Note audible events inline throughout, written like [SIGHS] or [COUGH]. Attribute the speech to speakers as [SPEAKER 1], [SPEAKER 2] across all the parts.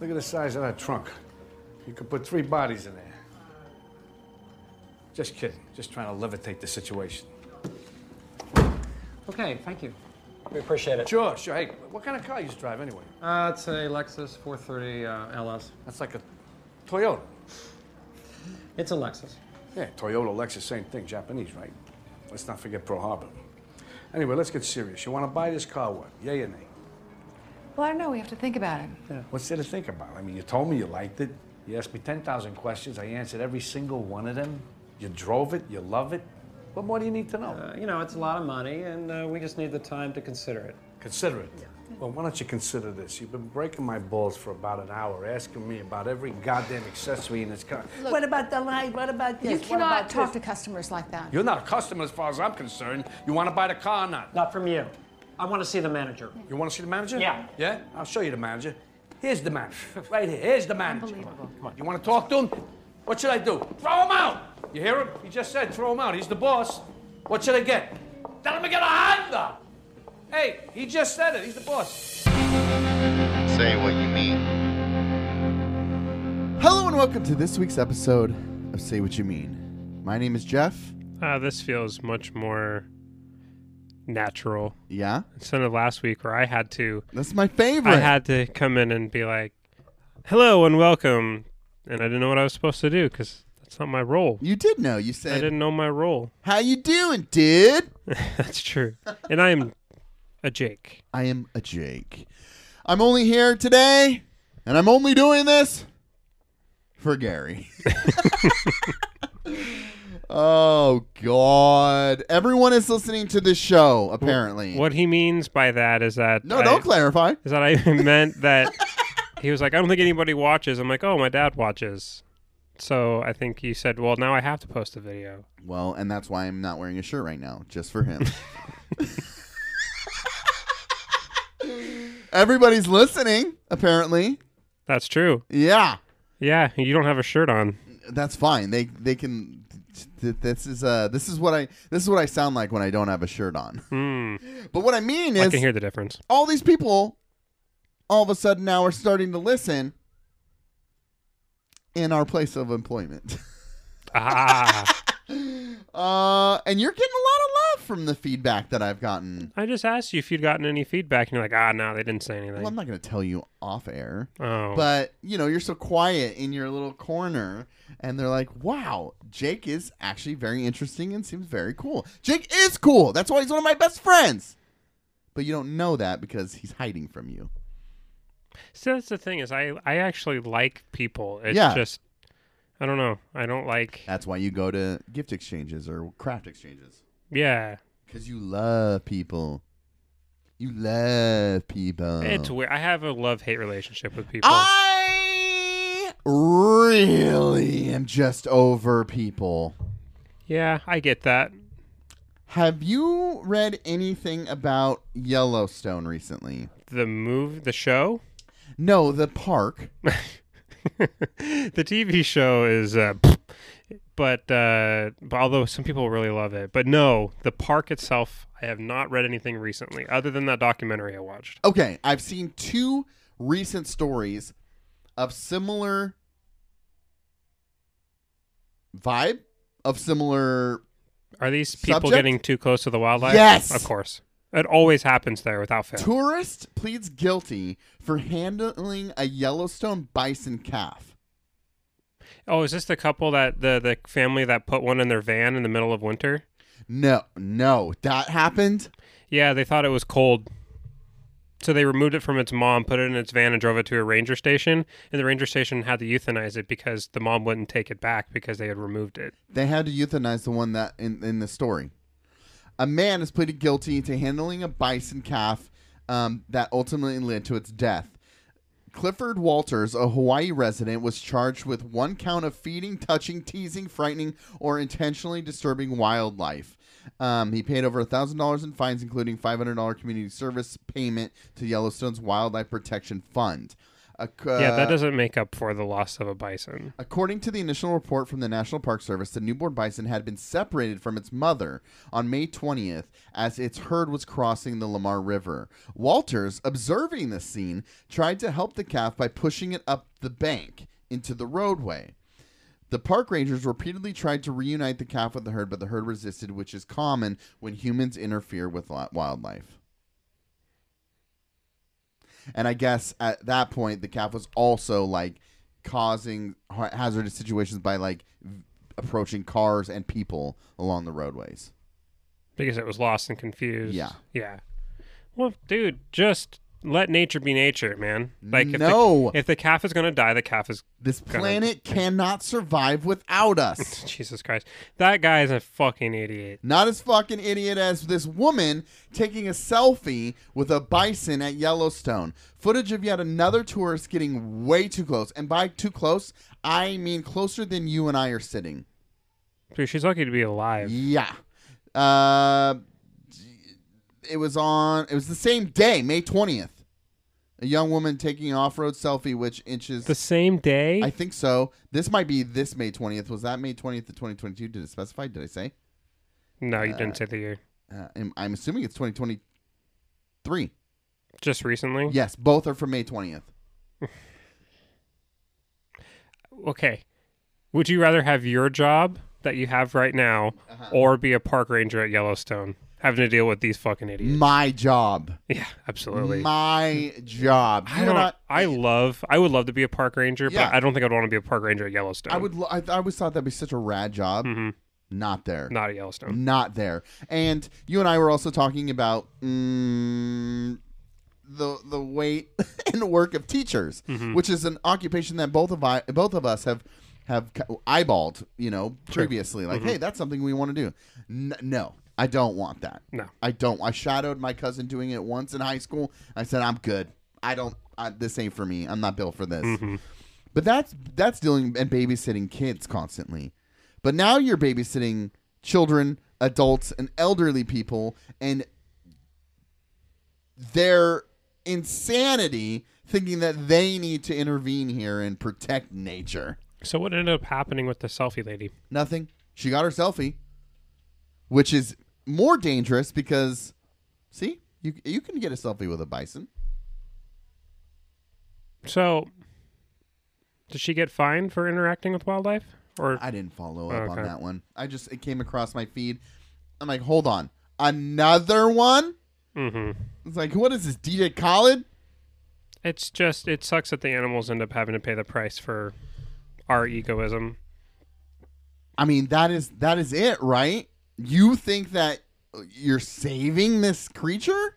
[SPEAKER 1] Look at the size of that trunk. You could put three bodies in there. Just kidding. Just trying to levitate the situation.
[SPEAKER 2] Okay, thank you. We appreciate it.
[SPEAKER 1] Sure, sure. Hey, what kind of car you drive anyway?
[SPEAKER 2] Uh, it's a Lexus 430 uh, LS.
[SPEAKER 1] That's like a Toyota.
[SPEAKER 2] It's a Lexus.
[SPEAKER 1] Yeah, Toyota, Lexus, same thing. Japanese, right? Let's not forget Pearl Harbor. Anyway, let's get serious. You want to buy this car, what? Yay or nay?
[SPEAKER 3] Well, I don't know. We have to think about it.
[SPEAKER 1] What's there to think about? I mean, you told me you liked it. You asked me 10,000 questions. I answered every single one of them. You drove it. You love it. What more do you need to know?
[SPEAKER 2] Uh, you know, it's a lot of money, and uh, we just need the time to consider it.
[SPEAKER 1] Consider it. Well, why don't you consider this? You've been breaking my balls for about an hour, asking me about every goddamn accessory in this car. what about the light? What about this?
[SPEAKER 3] you
[SPEAKER 1] What about
[SPEAKER 3] cannot talk
[SPEAKER 1] this?
[SPEAKER 3] to customers like that.
[SPEAKER 1] You're not a customer as far as I'm concerned. You want to buy the car or not?
[SPEAKER 2] Not from you. I want to see the manager.
[SPEAKER 1] You want to see the manager?
[SPEAKER 2] Yeah.
[SPEAKER 1] Yeah? I'll show you the manager. Here's the [LAUGHS] manager. Right here. Here's the manager. Come on. You want to talk to him? What should I do? Throw him out! You hear him? He just said throw him out. He's the boss. What should I get? Tell him to get a Honda! Hey, he just said it. He's the boss.
[SPEAKER 4] Say what you mean.
[SPEAKER 5] Hello and welcome to this week's episode of Say What You Mean. My name is Jeff.
[SPEAKER 6] Uh, this feels much more natural.
[SPEAKER 5] Yeah,
[SPEAKER 6] Instead of last week where I had to,
[SPEAKER 5] that's my favorite.
[SPEAKER 6] I had to come in and be like, "Hello and welcome," and I didn't know what I was supposed to do because that's not my role.
[SPEAKER 5] you did know. You
[SPEAKER 6] I
[SPEAKER 5] said,
[SPEAKER 6] didn't know my role.
[SPEAKER 5] "How you doing, dude?"
[SPEAKER 6] [LAUGHS] That's true. [LAUGHS] And I am a Jake.
[SPEAKER 5] I am a Jake. I'm only here today, and I'm only doing this for Gary. [LAUGHS] oh God! Everyone is listening to this show. Apparently,
[SPEAKER 6] What he means by that is that
[SPEAKER 5] No,
[SPEAKER 6] I-
[SPEAKER 5] don't clarify.
[SPEAKER 6] is that I [LAUGHS] meant that
[SPEAKER 5] [LAUGHS]
[SPEAKER 6] he was like, "I don't think anybody watches." I'm like, "Oh, my dad watches." So I think he said, "Well, now I have to post a video."
[SPEAKER 5] Well, and that's why I'm not wearing a shirt right now, just for him. Everybody's listening, apparently.
[SPEAKER 6] That's true.
[SPEAKER 5] Yeah,
[SPEAKER 6] Yeah, you don't have a shirt on.
[SPEAKER 5] that's fine. They they can. th- This is uh this is what I this is what I sound like when I don't have a shirt on. But what I mean
[SPEAKER 6] Hmm. I
[SPEAKER 5] is
[SPEAKER 6] can hear the [LAUGHS] difference.
[SPEAKER 5] all these people, all of a sudden now are starting to listen in our place of employment. [LAUGHS]
[SPEAKER 6] Ah,
[SPEAKER 5] Uh, and you're getting a lot of love from the feedback that I've gotten.
[SPEAKER 6] I just asked you if you'd gotten any feedback, and you're like, ah, no, they didn't say anything.
[SPEAKER 5] Well, I'm not going to tell you off air.
[SPEAKER 6] oh,
[SPEAKER 5] But you know, you're so quiet in your little corner, and they're like, "Wow, Jake is actually very interesting and seems very cool. Jake is cool. That's why he's one of my best friends." But you don't know that because he's hiding from you.
[SPEAKER 6] so that's the thing is, I I actually like people. It's
[SPEAKER 5] Yeah.
[SPEAKER 6] just, I don't know. I don't like.
[SPEAKER 5] That's why you go to gift exchanges or craft exchanges
[SPEAKER 6] Yeah,
[SPEAKER 5] because you love people. You love people.
[SPEAKER 6] it's weird. I have a love hate relationship with people.
[SPEAKER 5] I really am just over people.
[SPEAKER 6] yeah, I get that.
[SPEAKER 5] Have you read anything about Yellowstone recently?
[SPEAKER 6] The move, the show, [LAUGHS]
[SPEAKER 5] No, the park.
[SPEAKER 6] the TV show is. Uh, but, uh, but although some people really love it, but no, the park itself, I have not read anything recently other than that documentary I watched.
[SPEAKER 5] Okay, I've seen two recent stories of similar vibe, of similar.
[SPEAKER 6] Are these people
[SPEAKER 5] Subject?
[SPEAKER 6] getting too close to the wildlife?
[SPEAKER 5] Yes!
[SPEAKER 6] Of course. It always happens there without fail.
[SPEAKER 5] Tourist pleads guilty for handling a Yellowstone bison calf.
[SPEAKER 6] oh, is this the couple that the the family that put one in their van in the middle of winter?
[SPEAKER 5] No, no, that happened.
[SPEAKER 6] Yeah, they thought it was cold. So they removed it from its mom, put it in its van and drove it to a ranger station, and the ranger station had to euthanize it because the mom wouldn't take it back because they had removed it.
[SPEAKER 5] They had to euthanize the one that in, in the story. A man has pleaded guilty to handling a bison calf um, that ultimately led to its death. Clifford Walters, a Hawaii resident, was charged with one count of feeding, touching, teasing, frightening, or intentionally disturbing wildlife. Um, he paid over $1,000 in fines, including $500 community service payment to Yellowstone's Wildlife Protection Fund. Ac-
[SPEAKER 6] yeah,
[SPEAKER 5] uh,
[SPEAKER 6] that doesn't make up for the loss of a bison.
[SPEAKER 5] According to the initial report from the National Park Service, the newborn bison had been separated from its mother on May 20th as its herd was crossing the Lamar River. Walters, observing this scene, tried to help the calf by pushing it up the bank into the roadway. The park rangers repeatedly tried to reunite the calf with the herd, but the herd resisted, which is common when humans interfere with li- wildlife. And I guess at that point, the calf was also like causing ha- hazardous situations by like v- approaching cars and people along the roadways.
[SPEAKER 6] Because it was lost and confused.
[SPEAKER 5] Yeah.
[SPEAKER 6] Yeah. Well, dude, just let nature be nature, man. Like if
[SPEAKER 5] No.
[SPEAKER 6] the, if the calf is gonna die, the calf is [LAUGHS]
[SPEAKER 5] This
[SPEAKER 6] Gonna-
[SPEAKER 5] planet cannot survive without us.
[SPEAKER 6] [LAUGHS] Jesus Christ. That guy is a fucking idiot.
[SPEAKER 5] Not as fucking idiot as this woman taking a selfie with a bison at Yellowstone. Footage of yet another tourist getting way too close. And by too close, I mean closer than you and I are sitting.
[SPEAKER 6] Dude, she's lucky to be alive.
[SPEAKER 5] Yeah. Uh, it was on, it was the same day, May 20th. A young woman taking an off road selfie, which inches.
[SPEAKER 6] The same day?
[SPEAKER 5] I think so. This might be this May 20th. Was that May 20th of 2022? Did it specify? Did I say?
[SPEAKER 6] no, you didn't say the year.
[SPEAKER 5] Uh, I'm, I'm assuming it's 2023.
[SPEAKER 6] Just recently?
[SPEAKER 5] Yes, both are from May 20th.
[SPEAKER 6] Okay. Would you rather have your job that you have right now
[SPEAKER 5] Uh-huh.
[SPEAKER 6] or be a park ranger at Yellowstone? Having to deal with these fucking idiots.
[SPEAKER 5] My job.
[SPEAKER 6] yeah, absolutely. [LAUGHS]
[SPEAKER 5] My job.
[SPEAKER 6] I
[SPEAKER 5] You
[SPEAKER 6] don't.
[SPEAKER 5] and I,
[SPEAKER 6] I love. I would love to be a park ranger,
[SPEAKER 5] Yeah.
[SPEAKER 6] but I don't think I'd want to be a park ranger at Yellowstone.
[SPEAKER 5] I would. lo- I, I always thought that'd be such a rad job.
[SPEAKER 6] Mm-hmm.
[SPEAKER 5] Not there.
[SPEAKER 6] not at Yellowstone.
[SPEAKER 5] Not there. And you and I were also talking about mm, the the weight [LAUGHS] and work of teachers, which is an occupation that both of I, both of us have have ca- eyeballed. You know, previously, like, hey, that's something we want to do. N- no, I don't want that.
[SPEAKER 6] No.
[SPEAKER 5] I don't. I shadowed my cousin doing it once in high school. I said, I'm good. I don't. I, this ain't for me. I'm not built for this. But that's that's dealing and babysitting kids constantly. But now you're babysitting children, adults, and elderly people, and their insanity thinking that they need to intervene here and protect nature.
[SPEAKER 6] So what ended up happening with the selfie lady?
[SPEAKER 5] Nothing. She got her selfie, which is more dangerous because, see, you you can get a selfie with a bison.
[SPEAKER 6] So did she get fined for interacting with wildlife? Or
[SPEAKER 5] I didn't follow up on
[SPEAKER 6] Okay.
[SPEAKER 5] that one. I just it came across my feed. I'm like, hold on, another one.
[SPEAKER 6] Mhm.
[SPEAKER 5] It's like, what is this, DJ Khaled?
[SPEAKER 6] it's just it sucks that the animals end up having to pay the price for our egoism.
[SPEAKER 5] I mean, that is that is it, right? You think that you're saving this creature?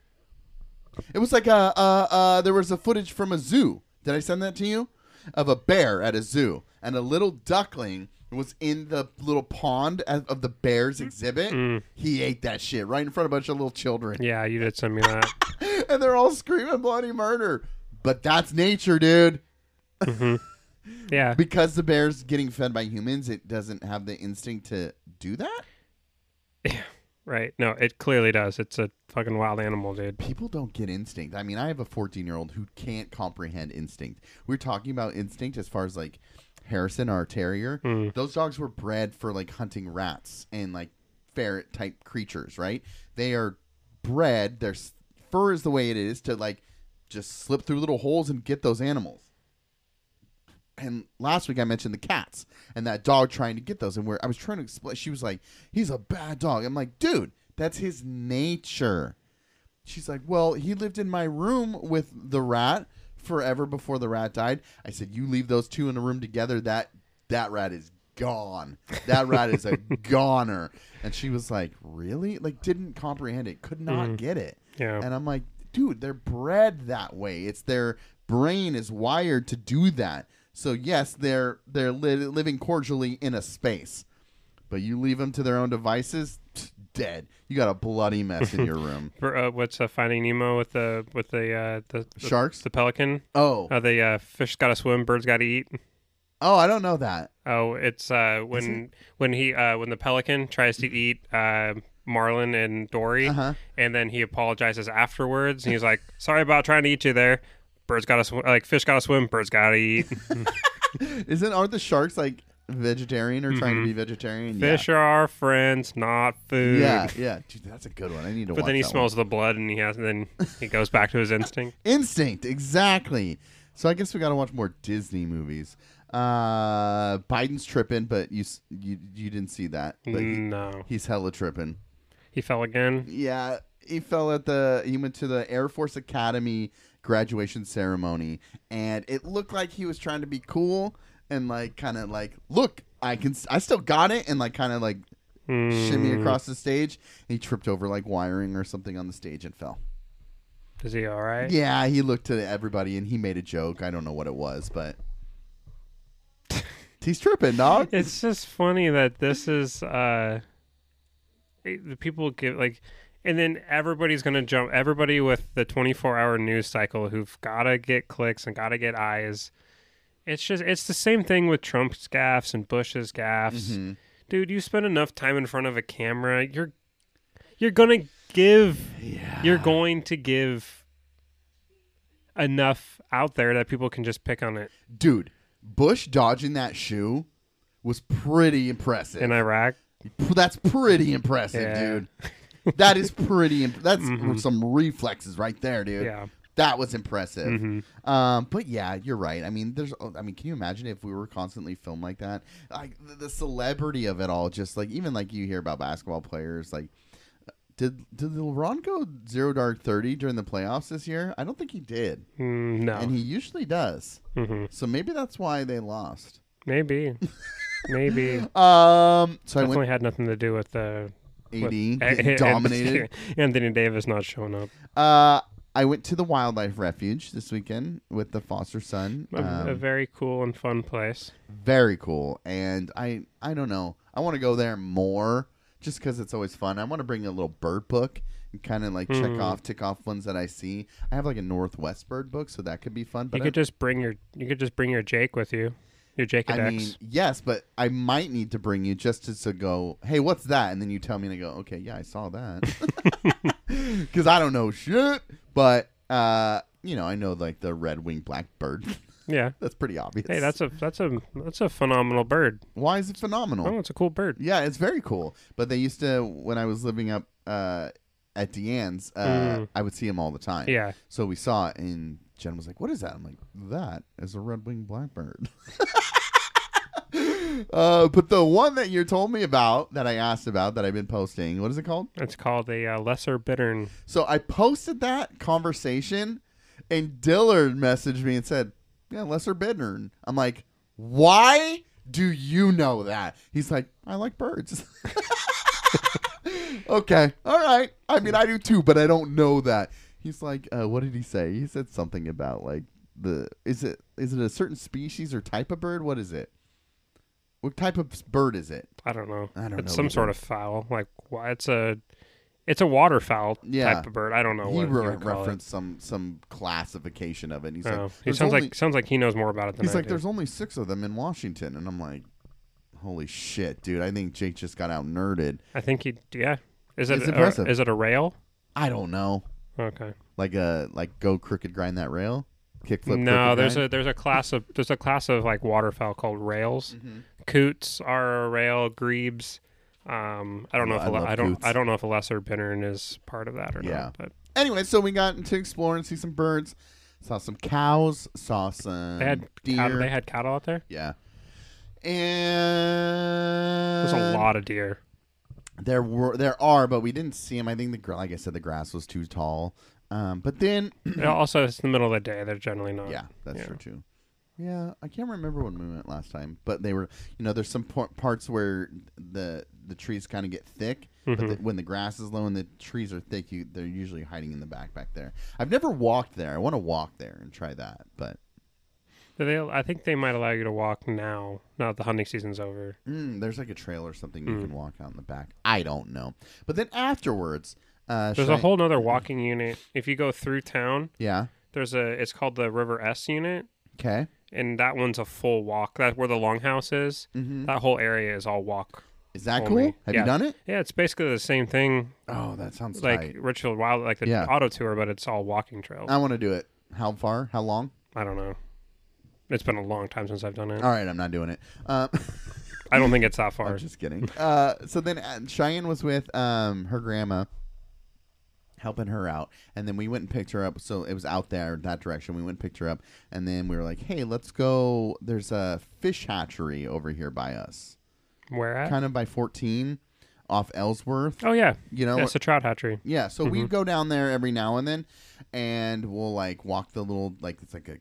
[SPEAKER 5] It was like a uh, uh, there was a footage from a zoo. Did I send that to you? Of a bear at a zoo, and a little duckling was in the little pond of of the bear's exhibit. He ate that shit right in front of a bunch of little children,
[SPEAKER 6] Yeah, you did send
[SPEAKER 5] [LAUGHS]
[SPEAKER 6] me that.
[SPEAKER 5] and they're all screaming bloody murder. But that's nature, dude.
[SPEAKER 6] Yeah.
[SPEAKER 5] Because the bear's getting fed by humans, it doesn't have the instinct to do that.
[SPEAKER 6] Right. No, it clearly does. It's a fucking wild animal, dude.
[SPEAKER 5] people don't get instinct. I mean, I have a 14 year old who can't comprehend instinct. We're talking about instinct as far as like Harrison, our terrier. Those dogs were bred for like hunting rats and like ferret type creatures, right? They are bred, their s- fur is the way it is to like just slip through little holes and get those animals. And last week I mentioned the cats and that dog trying to get those. And where I was trying to explain, she was like, he's a bad dog. I'm like, dude, that's his nature she's like, "Well, he lived in my room with the rat forever before the rat died." I said, "You leave those two in a room together, that that rat is gone. That rat is a goner." And she was like, "Really?" Like didn't comprehend it, could not get it.
[SPEAKER 6] Yeah.
[SPEAKER 5] And I'm like, "Dude, they're bred that way. It's their brain is wired to do that." So yes, they're they're li- living cordially in a space. But you leave them to their own devices, dead. You got a bloody mess in your room.
[SPEAKER 6] For, uh, what's uh, Finding Nemo with the with the uh, the the-
[SPEAKER 5] Sharks?
[SPEAKER 6] the pelican?
[SPEAKER 5] Oh,
[SPEAKER 6] Uh, the uh, fish gotta swim, birds gotta eat.
[SPEAKER 5] Oh, I don't know that.
[SPEAKER 6] Oh, it's uh, when when he uh, when the pelican tries to eat uh, Marlin and Dory,
[SPEAKER 5] Uh-huh.
[SPEAKER 6] and then he apologizes afterwards. And he's like, "Sorry about trying to eat you there, Birds gotta sw- like fish gotta swim. Birds
[SPEAKER 5] [LAUGHS]
[SPEAKER 6] gotta eat.
[SPEAKER 5] Isn't aren't the sharks like vegetarian or trying to be vegetarian?
[SPEAKER 6] Mm-hmm. Fish are our friends, not food.
[SPEAKER 5] Yeah. yeah, yeah, dude, that's a good one. I need to.
[SPEAKER 6] But
[SPEAKER 5] watch
[SPEAKER 6] then he
[SPEAKER 5] that one.
[SPEAKER 6] smells the blood, and he has. And then he goes back to his instinct.
[SPEAKER 5] Instinct, exactly. So I guess we got to watch more Disney movies. Uh, Biden's tripping, but you s- you you didn't see that. [LAUGHS] But he-
[SPEAKER 6] No,
[SPEAKER 5] he's hella tripping.
[SPEAKER 6] he fell again.
[SPEAKER 5] Yeah, he fell at the he went to the Air Force Academy graduation ceremony, and it looked like he was trying to be cool and like kind of like look, I can s- I still got it, and like kind of like shimmy across the stage. And he tripped over like wiring or something on the stage and fell.
[SPEAKER 6] Is he all right?
[SPEAKER 5] Yeah, he looked to everybody and he made a joke. I don't know what it was, but [LAUGHS] he's tripping,
[SPEAKER 6] [LAUGHS]
[SPEAKER 5] dog.
[SPEAKER 6] It's just funny that this is uh it- the people give like and then everybody's going to jump everybody with the 24-hour news cycle who've got to get clicks and got to get eyes. It's just it's the same thing with Trump's gaffes and Bush's gaffes.
[SPEAKER 5] Mm-hmm.
[SPEAKER 6] Dude, you spend enough time in front of a camera, you're you're going to give you're going to give enough out there that people can just pick on it
[SPEAKER 5] Dude, Bush dodging that shoe was pretty impressive.
[SPEAKER 6] in Iraq.
[SPEAKER 5] That's pretty impressive,
[SPEAKER 6] Yeah. Mm-hmm.
[SPEAKER 5] dude. That is pretty. Imp-
[SPEAKER 6] [LAUGHS]
[SPEAKER 5] that's some reflexes right there, dude.
[SPEAKER 6] Yeah. Mm-hmm.
[SPEAKER 5] That was impressive. Um, but yeah, you're right. I mean, there's. oh, I mean, can you imagine if we were constantly filmed like that? Like the, the celebrity of it all, just like even like you hear about basketball players. Like, did did LeBron go zero dark thirty during the playoffs this year? I don't think he did,
[SPEAKER 6] Mm, no. Mm-hmm.
[SPEAKER 5] and he usually does. So maybe that's why they lost.
[SPEAKER 6] Maybe. Maybe.
[SPEAKER 5] [LAUGHS] Um, so I
[SPEAKER 6] Definitely
[SPEAKER 5] went
[SPEAKER 6] had nothing to do with the.
[SPEAKER 5] AD
[SPEAKER 6] [LAUGHS]
[SPEAKER 5] getting dominated.
[SPEAKER 6] Anthony Davis not showing up.
[SPEAKER 5] Uh, I went to the wildlife refuge this weekend with the foster son.
[SPEAKER 6] A, a
[SPEAKER 5] Um,
[SPEAKER 6] very cool and fun place.
[SPEAKER 5] very cool, and I I don't know. I want to go there more just because it's always fun. I want to bring a little bird book and kind of like
[SPEAKER 6] Hmm.
[SPEAKER 5] check off tick off ones that I see. I have like a Northwest bird book, so that could be fun. But
[SPEAKER 6] You
[SPEAKER 5] I-
[SPEAKER 6] could just bring your you could just bring your Jake with you, your Jake
[SPEAKER 5] I mean,
[SPEAKER 6] X.
[SPEAKER 5] yes, but I might need to bring you just to, to go, hey, what's that? And then you tell me, and I go, okay, yeah, I saw
[SPEAKER 6] [LAUGHS]
[SPEAKER 5] that. [LAUGHS] Because I don't know shit. But, uh, you know, I know like the red winged blackbird.
[SPEAKER 6] Yeah.
[SPEAKER 5] that's pretty obvious.
[SPEAKER 6] Hey, that's a that's a that's a phenomenal bird.
[SPEAKER 5] Why is it phenomenal?
[SPEAKER 6] Oh, it's a cool bird.
[SPEAKER 5] Yeah, it's very cool. But they used to, when I was living up uh, at Deanne's, uh, I would see him all the time.
[SPEAKER 6] Mm. Yeah.
[SPEAKER 5] So we saw it, and Jen was like, "What is that?" I'm like, "That is a red winged blackbird." [LAUGHS] uh, but the one that you told me about, that I asked about, that I've been posting, what is it called?
[SPEAKER 6] It's called a uh, lesser bittern.
[SPEAKER 5] So I posted that conversation, and Dillard messaged me and said, "Yeah, lesser bittern." I'm like, "Why do you know that?" He's like, "I like birds." [LAUGHS] okay, all right. I mean, I do too, but I don't know that. He's like, uh, "What did he say?" He said something about like the is it is it a certain species or type of bird? What is it? What type of bird is it?
[SPEAKER 6] I don't know.
[SPEAKER 5] I don't
[SPEAKER 6] it's
[SPEAKER 5] know
[SPEAKER 6] some
[SPEAKER 5] either.
[SPEAKER 6] sort of fowl. Like why it's a it's a waterfowl
[SPEAKER 5] Yeah.
[SPEAKER 6] type of bird. I don't know
[SPEAKER 5] He
[SPEAKER 6] Oh, what
[SPEAKER 5] re-
[SPEAKER 6] you would call it.
[SPEAKER 5] referenced some some classification of it. And he's
[SPEAKER 6] Oh,
[SPEAKER 5] like,
[SPEAKER 6] he
[SPEAKER 5] "There's
[SPEAKER 6] sounds
[SPEAKER 5] only-
[SPEAKER 6] like sounds like he knows more about it than
[SPEAKER 5] He's
[SPEAKER 6] I
[SPEAKER 5] like,
[SPEAKER 6] do.
[SPEAKER 5] there's only six of them in Washington. And I'm like, holy shit, dude. I think Jake just got out nerded.
[SPEAKER 6] I think he, yeah. Is it
[SPEAKER 5] It's
[SPEAKER 6] a-
[SPEAKER 5] impressive.
[SPEAKER 6] is it a rail?
[SPEAKER 5] I don't know.
[SPEAKER 6] Okay.
[SPEAKER 5] Like a like go crooked grind that rail? Kickflip.
[SPEAKER 6] no, there's a there's a class of there's a class of like waterfowl called rails.
[SPEAKER 5] Mm-hmm.
[SPEAKER 6] Coots are a rail. Grebes. Um, I don't know
[SPEAKER 5] I
[SPEAKER 6] if a le-
[SPEAKER 5] love
[SPEAKER 6] I don't
[SPEAKER 5] coots.
[SPEAKER 6] I don't know if a lesser bittern is part of that or
[SPEAKER 5] Yeah.
[SPEAKER 6] not. But
[SPEAKER 5] Anyway, so we got to explore and see some birds. Saw some cows, saw some
[SPEAKER 6] they had
[SPEAKER 5] deer.
[SPEAKER 6] cattle, they had cattle out there.
[SPEAKER 5] yeah. And
[SPEAKER 6] There's a lot
[SPEAKER 5] [CLEARS THROAT]
[SPEAKER 6] of deer.
[SPEAKER 5] There were there are, but we didn't see them. I think the gr- like I said, the grass was too tall. Um, but then
[SPEAKER 6] And also, it's the middle of the day. They're generally not.
[SPEAKER 5] Yeah, that's
[SPEAKER 6] yeah.
[SPEAKER 5] true too. Yeah, I can't remember when we went last time, but they were, you know, there's some par- parts where the the trees kind of get thick,
[SPEAKER 6] Mm-hmm.
[SPEAKER 5] but the, when the grass is low and the trees are thick, you they're usually hiding in the back back there. I've never walked there. I want to walk there and try that, but
[SPEAKER 6] Do They, I think they might allow you to walk now. Now that the hunting season's over.
[SPEAKER 5] mm, there's like a trail or something
[SPEAKER 6] Mm.
[SPEAKER 5] you can walk out in the back. I don't know. But then afterwards, uh,
[SPEAKER 6] There's
[SPEAKER 5] should
[SPEAKER 6] a
[SPEAKER 5] I-
[SPEAKER 6] whole nother walking unit. If you go through town,
[SPEAKER 5] yeah.
[SPEAKER 6] there's a. It's called the River S unit.
[SPEAKER 5] Okay.
[SPEAKER 6] and that one's a full walk. That where the longhouse is. That whole area is all walk.
[SPEAKER 5] Is that
[SPEAKER 6] Only-
[SPEAKER 5] Mm-hmm. cool? Have
[SPEAKER 6] yeah.
[SPEAKER 5] you done it?
[SPEAKER 6] Yeah, it's basically the same thing,
[SPEAKER 5] Oh, that sounds
[SPEAKER 6] like
[SPEAKER 5] tight.
[SPEAKER 6] Richfield Wild, like the
[SPEAKER 5] Yeah.
[SPEAKER 6] auto tour, but it's all walking trails.
[SPEAKER 5] I want to do it. How far? How long?
[SPEAKER 6] I don't know. It's been a long time since I've done it.
[SPEAKER 5] All right, I'm not doing it. [LAUGHS] Um,
[SPEAKER 6] I don't think it's that far.
[SPEAKER 5] [LAUGHS] I'm just kidding. Uh, so then uh, Cheyenne was with um, her grandma, helping her out, and then we went and picked her up. So it was out there that direction. We went and picked her up, and then we were like, "Hey, let's go." There's a fish hatchery over here by us,
[SPEAKER 6] Where at?
[SPEAKER 5] kind of by 14, off Ellsworth.
[SPEAKER 6] oh yeah.
[SPEAKER 5] You know,
[SPEAKER 6] Yeah, it's a trout hatchery.
[SPEAKER 5] Yeah, so we go down there every now and then, and we'll like walk the little like it's like a,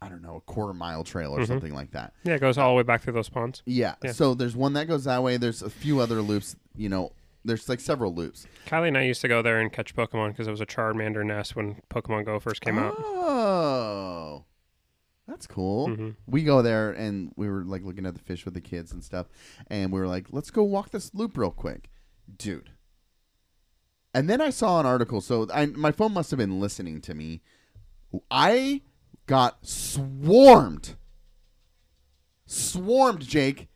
[SPEAKER 5] I don't know, a quarter mile trail or something like that.
[SPEAKER 6] Yeah, it goes all the way back through those ponds.
[SPEAKER 5] Yeah.
[SPEAKER 6] Yeah.
[SPEAKER 5] So there's one that goes that way. There's a few other loops. You know, there's like several loops.
[SPEAKER 6] Kylie and I used to go there and catch Pokemon because it was a Charmander nest when Pokemon Go first came out.
[SPEAKER 5] Oh, that's cool.
[SPEAKER 6] Mm-hmm.
[SPEAKER 5] We go there and we were like looking at the fish with the kids and stuff, and we were like, let's go walk this loop real quick, dude. And then I saw an article. So I, my phone must have been listening to me. I got swarmed. Swarmed, Jake.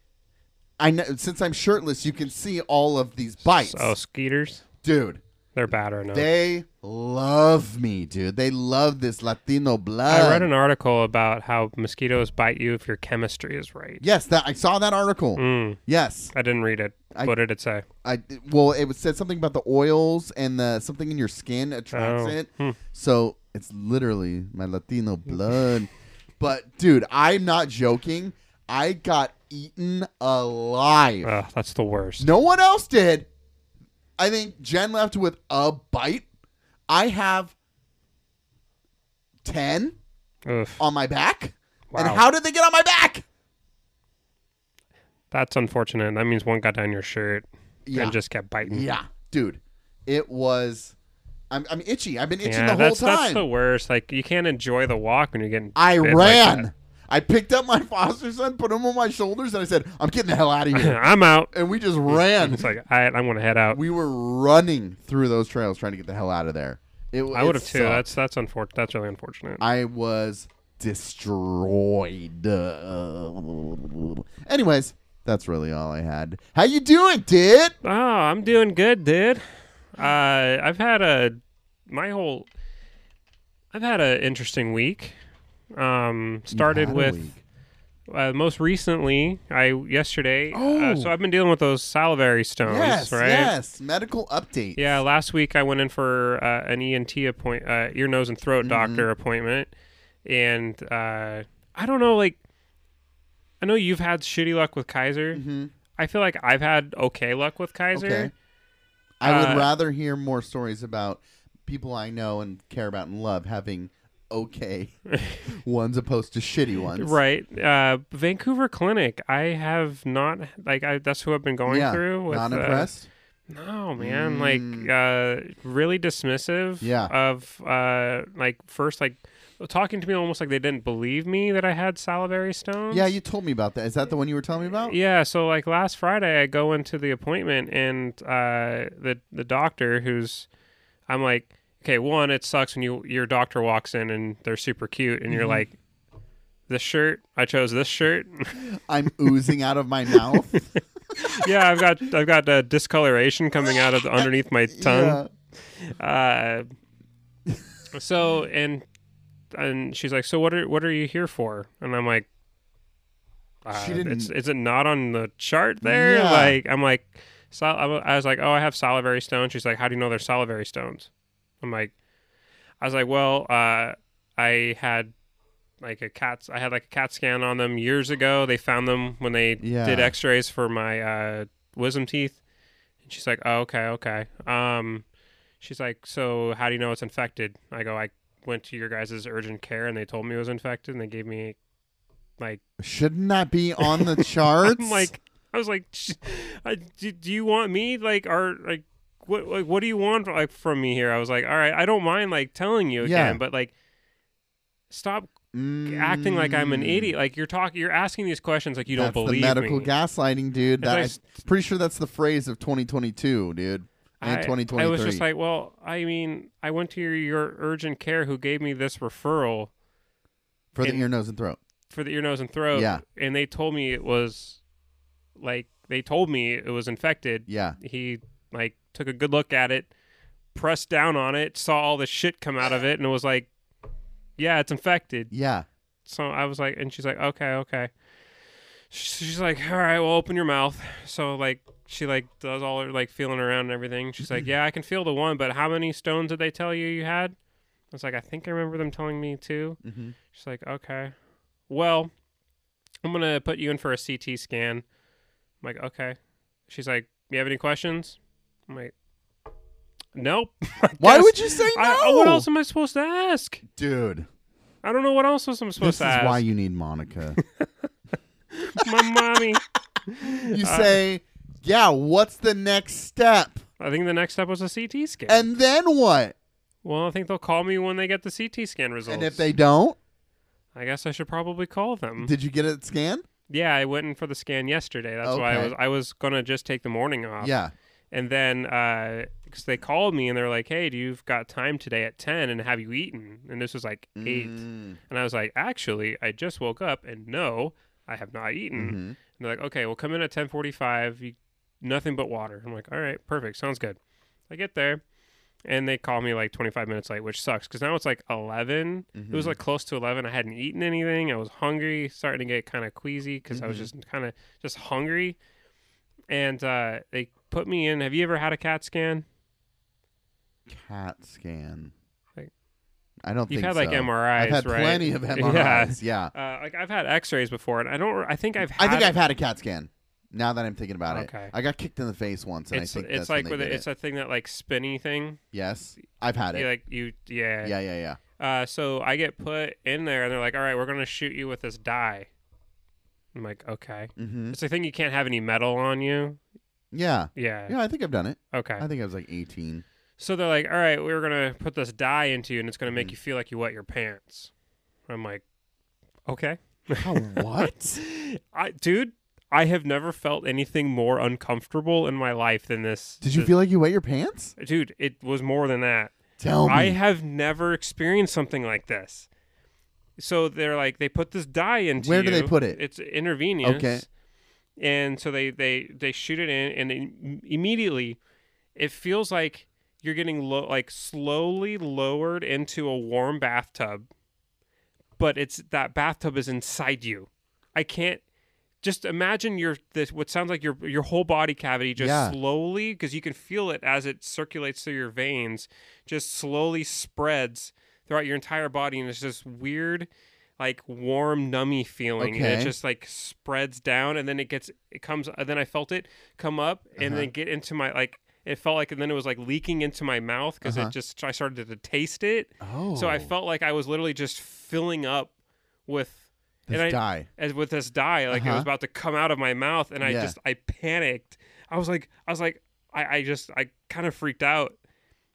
[SPEAKER 5] I know, since I'm shirtless, you can see all of these bites,
[SPEAKER 6] Oh, Skeeters.
[SPEAKER 5] dude.
[SPEAKER 6] They're bad or no.
[SPEAKER 5] They love me, dude. They love this Latino blood.
[SPEAKER 6] I read an article about how mosquitoes bite you if your chemistry is right.
[SPEAKER 5] Yes, that I saw that article.
[SPEAKER 6] Mm.
[SPEAKER 5] Yes,
[SPEAKER 6] I didn't read it.
[SPEAKER 5] I-
[SPEAKER 6] what did it say?
[SPEAKER 5] I well, it was, said something about the oils and the something in your skin attracts
[SPEAKER 6] Oh,
[SPEAKER 5] it. So it's literally my Latino blood. but dude, I'm not joking. I got eaten alive.
[SPEAKER 6] Ugh, that's the worst.
[SPEAKER 5] No one else did. I think Jen left with a bite. I have ten.
[SPEAKER 6] Ugh,
[SPEAKER 5] on my back? And
[SPEAKER 6] Wow.
[SPEAKER 5] how did they get on my back?
[SPEAKER 6] that's unfortunate. That means one got down your shirt
[SPEAKER 5] Yeah.
[SPEAKER 6] and just kept biting.
[SPEAKER 5] Yeah, dude, it was. I'm, I'm itchy. I've been itching
[SPEAKER 6] Yeah,
[SPEAKER 5] the whole
[SPEAKER 6] that's
[SPEAKER 5] time.
[SPEAKER 6] that's the worst. Like you can't enjoy the walk when you're getting.
[SPEAKER 5] I
[SPEAKER 6] bit like
[SPEAKER 5] ran.
[SPEAKER 6] that.
[SPEAKER 5] I picked up my [LAUGHS] foster son, put him on my shoulders, and I said, "I'm getting the hell out of
[SPEAKER 6] [LAUGHS]
[SPEAKER 5] here."
[SPEAKER 6] I'm out.
[SPEAKER 5] and we just ran.
[SPEAKER 6] It's like I, I'm gonna head out.
[SPEAKER 5] we were running through those trails trying to get the hell out of there. It,
[SPEAKER 6] I
[SPEAKER 5] it
[SPEAKER 6] would have too.
[SPEAKER 5] sucked.
[SPEAKER 6] That's that's unfortunate. That's really unfortunate.
[SPEAKER 5] I was destroyed. Uh, anyways, that's really all I had. How you doing, dude?
[SPEAKER 6] Oh, I'm doing good, dude. Uh, I've had a my whole I've had an interesting week. Um, started
[SPEAKER 5] Had a
[SPEAKER 6] with
[SPEAKER 5] week.
[SPEAKER 6] uh, most recently, I yesterday.
[SPEAKER 5] Oh.
[SPEAKER 6] Uh, so I've been dealing with those salivary stones,
[SPEAKER 5] Yes,
[SPEAKER 6] right?
[SPEAKER 5] yes. Medical update.
[SPEAKER 6] Yeah, last week I went in for uh, an ENT appoint, uh, ear, nose, and throat
[SPEAKER 5] Mm-hmm.
[SPEAKER 6] doctor appointment, and uh, I don't know. Like, I know you've had shitty luck with Kaiser. I feel like I've had okay luck with Kaiser.
[SPEAKER 5] Mm-hmm. Okay. I would
[SPEAKER 6] Uh,
[SPEAKER 5] rather hear more stories about people I know and care about and love having
[SPEAKER 6] [LAUGHS]
[SPEAKER 5] okay ones opposed to shitty ones.
[SPEAKER 6] Right. Uh, Vancouver Clinic. I have not like I, that's who I've been going
[SPEAKER 5] Yeah.
[SPEAKER 6] through. With,
[SPEAKER 5] Not
[SPEAKER 6] uh,
[SPEAKER 5] impressed. Mm.
[SPEAKER 6] no, man. Like uh, really dismissive.
[SPEAKER 5] Yeah.
[SPEAKER 6] Of uh, like first like talking to me almost like they didn't believe me that I had salivary stones.
[SPEAKER 5] yeah, you told me about that. Is that the one you were telling me
[SPEAKER 6] [LAUGHS]
[SPEAKER 5] about?
[SPEAKER 6] Yeah, so like last Friday, I go into the appointment, and uh, the the doctor, who's, I'm like, okay, one, it sucks when you your doctor walks in and they're super cute, and
[SPEAKER 5] Mm-hmm.
[SPEAKER 6] you're like, this shirt, I chose this shirt. [LAUGHS]
[SPEAKER 5] I'm oozing out of my mouth.
[SPEAKER 6] yeah, I've got I've got uh, discoloration coming out of the, underneath my
[SPEAKER 5] yeah.
[SPEAKER 6] tongue. Uh, so and and she's like, so what are what are you here for? And I'm like, [LAUGHS] uh,
[SPEAKER 5] She didn't-
[SPEAKER 6] It's, is it not on the chart there?
[SPEAKER 5] Yeah.
[SPEAKER 6] Like I'm like, so, I wa- I was like, oh, I have salivary stones. She's like, how do you know they're salivary stones? I'm like, I was like, well, uh, I had like a cat. I had like a cat scan on them years ago. They found them when they
[SPEAKER 5] Yeah.
[SPEAKER 6] did X-rays for my uh, wisdom teeth. And she's like, oh, okay, okay. Um, she's like, so how do you know it's infected? I go, I went to your guys' urgent care and they told me it was infected and they gave me like,
[SPEAKER 5] [LAUGHS] Shouldn't that be on the charts?
[SPEAKER 6] [LAUGHS] I'm like, I was like, "Sh- I, do, do you want me like, are like, what like what do you want like from me here? I was like, all right, I don't mind like telling you
[SPEAKER 5] Yeah.
[SPEAKER 6] again, but like, stop
[SPEAKER 5] Mm,
[SPEAKER 6] acting like I'm an idiot. Like you're talking, you're asking these questions like you
[SPEAKER 5] That's
[SPEAKER 6] don't believe
[SPEAKER 5] the medical
[SPEAKER 6] me.
[SPEAKER 5] gaslighting, dude.
[SPEAKER 6] It's
[SPEAKER 5] That,
[SPEAKER 6] like-
[SPEAKER 5] I'm pretty sure that's the phrase of 2022, dude. And
[SPEAKER 6] I-
[SPEAKER 5] 2023.
[SPEAKER 6] I was just like, well, I mean, I went to your, your urgent care who gave me this referral
[SPEAKER 5] for the
[SPEAKER 6] in-
[SPEAKER 5] ear, nose, and throat.
[SPEAKER 6] for the ear, nose, and throat.
[SPEAKER 5] Yeah.
[SPEAKER 6] And they told me it was like, they told me it was infected.
[SPEAKER 5] Yeah.
[SPEAKER 6] He like took a good look at it, pressed down on it, saw all the shit come out of it, and was like, yeah, it's infected.
[SPEAKER 5] Yeah.
[SPEAKER 6] So I was like, and she's like, okay, okay. Sh- She's like, all right, well, open your mouth. So like, she like does all her like feeling around and everything.
[SPEAKER 5] [CLEARS THROAT]
[SPEAKER 6] She's like, yeah, I can feel the one, but how many stones did they tell you you had? I was like, I think I remember them telling me 2
[SPEAKER 5] Mm-hmm.
[SPEAKER 6] She's like, okay, well, I'm gonna put you in for a CT scan. I'm like, okay. She's like, you have any questions? I'm like, nope. [LAUGHS] I
[SPEAKER 5] Why
[SPEAKER 6] guess-
[SPEAKER 5] would you say no?
[SPEAKER 6] I, what else am I supposed to ask?
[SPEAKER 5] Dude,
[SPEAKER 6] I don't know what else I'm supposed
[SPEAKER 5] this is
[SPEAKER 6] to ask.
[SPEAKER 5] why you need Monica.
[SPEAKER 6] my mommy.
[SPEAKER 5] you say, "Yeah, what's the next step?"
[SPEAKER 6] I think the next step was a CT scan.
[SPEAKER 5] And then what?
[SPEAKER 6] well, I think they'll call me when they get the CT scan results.
[SPEAKER 5] And if they don't,
[SPEAKER 6] Mm-hmm. I guess I should probably call them.
[SPEAKER 5] did you get it scanned?
[SPEAKER 6] yeah, I went in for the scan yesterday. That's why I
[SPEAKER 5] Okay.
[SPEAKER 6] was I was gonna just take the morning off.
[SPEAKER 5] Yeah.
[SPEAKER 6] And then because they called me and they're like, "Hey, do you've got time today at ten? And have you eaten?" And this was like eight. And I was like, "Actually, I just woke up and no, I have not eaten." And they're like, "Okay, well, come in at ten forty-five. You nothing but water." I'm like, "All right, perfect. Sounds good." I get there, and they call me like twenty-five minutes late, which sucks because now it's like 11 It was like close to eleven. I hadn't eaten anything. I was hungry, starting to get kind of queasy because I was just kind of just hungry and uh, they put me in. Have you ever had a CAT scan?
[SPEAKER 5] Cat scan.
[SPEAKER 6] Like-
[SPEAKER 5] I don't
[SPEAKER 6] You've
[SPEAKER 5] think
[SPEAKER 6] had, like,
[SPEAKER 5] so.
[SPEAKER 6] MRIs,
[SPEAKER 5] I've had
[SPEAKER 6] right?
[SPEAKER 5] plenty
[SPEAKER 6] [LAUGHS]
[SPEAKER 5] of MRIs. Yeah.
[SPEAKER 6] Uh, like I've had X-rays before, and I don't. I think I've.
[SPEAKER 5] I
[SPEAKER 6] Had
[SPEAKER 5] think I've had a cat scan. Now that I'm thinking about
[SPEAKER 6] Okay.
[SPEAKER 5] it, I got kicked in the face once, and
[SPEAKER 6] It's
[SPEAKER 5] I think
[SPEAKER 6] it's
[SPEAKER 5] that's
[SPEAKER 6] like
[SPEAKER 5] when
[SPEAKER 6] with
[SPEAKER 5] they
[SPEAKER 6] a,
[SPEAKER 5] did
[SPEAKER 6] it's
[SPEAKER 5] it.
[SPEAKER 6] a thing that like spinny thing.
[SPEAKER 5] yes, I've had it.
[SPEAKER 6] You like you yeah.
[SPEAKER 5] yeah, yeah, yeah.
[SPEAKER 6] Uh, so I get put in there, and they're like, "All right, we're gonna shoot you with this dye." I'm like, "Okay."
[SPEAKER 5] Mm-hmm.
[SPEAKER 6] It's a thing you can't have any metal on you.
[SPEAKER 5] Yeah,
[SPEAKER 6] Yeah.
[SPEAKER 5] yeah. I think I've done it.
[SPEAKER 6] Okay.
[SPEAKER 5] I think I was like 18.
[SPEAKER 6] [LAUGHS] So they're like, all right, we're going to put this dye into you and it's going to
[SPEAKER 5] Mm-hmm.
[SPEAKER 6] make you feel like you wet your pants. I'm like, okay.
[SPEAKER 5] Oh,
[SPEAKER 6] [LAUGHS]
[SPEAKER 5] what?
[SPEAKER 6] I, dude, I have never felt anything more uncomfortable in my life than this.
[SPEAKER 5] Did you
[SPEAKER 6] this-
[SPEAKER 5] feel like you wet your pants?
[SPEAKER 6] Dude, it was more than that.
[SPEAKER 5] Tell me.
[SPEAKER 6] I have never experienced something like this. So they're like, they put this dye into
[SPEAKER 5] Where do they
[SPEAKER 6] you.
[SPEAKER 5] put it?
[SPEAKER 6] It's intravenous.
[SPEAKER 5] Okay.
[SPEAKER 6] And so they they they shoot it in, and im- immediately, it feels like you're getting low, like slowly lowered into a warm bathtub, but it's that bathtub is inside you. I can't. Just imagine your this what sounds like your your whole body cavity just
[SPEAKER 5] Yeah.
[SPEAKER 6] slowly because you can feel it as it circulates through your veins, just slowly spreads throughout your entire body, and it's this weird, like warm, nummy feeling. And it
[SPEAKER 5] Okay.
[SPEAKER 6] just like spreads down, and then it gets it comes. And then I felt it come up and
[SPEAKER 5] Uh-huh.
[SPEAKER 6] then get into my like. It felt like, and then it was like leaking into my mouth because it just I started to taste it. So I
[SPEAKER 5] Uh-huh. Oh.
[SPEAKER 6] felt like I was literally just filling up with
[SPEAKER 5] This
[SPEAKER 6] and I,
[SPEAKER 5] dye. Uh-huh.
[SPEAKER 6] as with this dye, like it was about to come out of my mouth, and I
[SPEAKER 5] Yeah.
[SPEAKER 6] just I panicked. I was like, I was like, I, I just I kind of freaked out,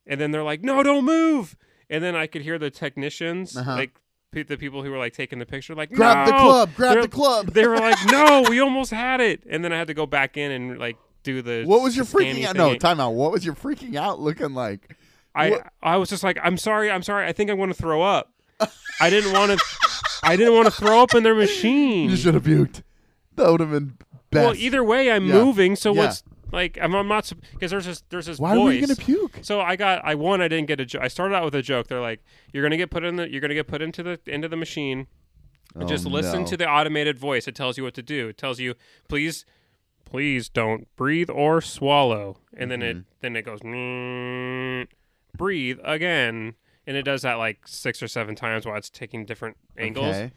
[SPEAKER 6] and then they're like, "No, don't move!" And then I could hear the technicians,
[SPEAKER 5] Uh-huh.
[SPEAKER 6] like pe- the people who were like taking the picture, like,
[SPEAKER 5] Grab the
[SPEAKER 6] "No!"
[SPEAKER 5] club, grab
[SPEAKER 6] They're-
[SPEAKER 5] the club.
[SPEAKER 6] They
[SPEAKER 5] [LAUGHS]
[SPEAKER 6] were like, "No, we almost had it," and then I had to go back in and like do the
[SPEAKER 5] What was your
[SPEAKER 6] the scanning
[SPEAKER 5] freaking out?
[SPEAKER 6] thing.
[SPEAKER 5] No, time out. What was your freaking out looking like?
[SPEAKER 6] I
[SPEAKER 5] What-
[SPEAKER 6] I was just like, I'm sorry, I'm sorry. I think I'm going to
[SPEAKER 5] [LAUGHS]
[SPEAKER 6] throw up. I didn't want to. I didn't want to throw up in their machine.
[SPEAKER 5] You should have puked. That would have been best.
[SPEAKER 6] Well, either way, I'm
[SPEAKER 5] Yeah.
[SPEAKER 6] moving. So
[SPEAKER 5] Yeah.
[SPEAKER 6] what's like? I'm, I'm not because there's this there's this
[SPEAKER 5] Why
[SPEAKER 6] voice.
[SPEAKER 5] were you gonna puke?
[SPEAKER 6] So I got I won. I didn't get a. Jo- I started out with a joke. They're like, you're gonna get put in the you're gonna get put into the into the machine. And just
[SPEAKER 5] Oh,
[SPEAKER 6] listen
[SPEAKER 5] no.
[SPEAKER 6] to the automated voice. It tells you what to do. It tells you please please don't breathe or swallow. And then
[SPEAKER 5] Mm-hmm.
[SPEAKER 6] it then it goes "Mm, breathe again. And it does that like six or seven times while it's taking different angles
[SPEAKER 5] Okay.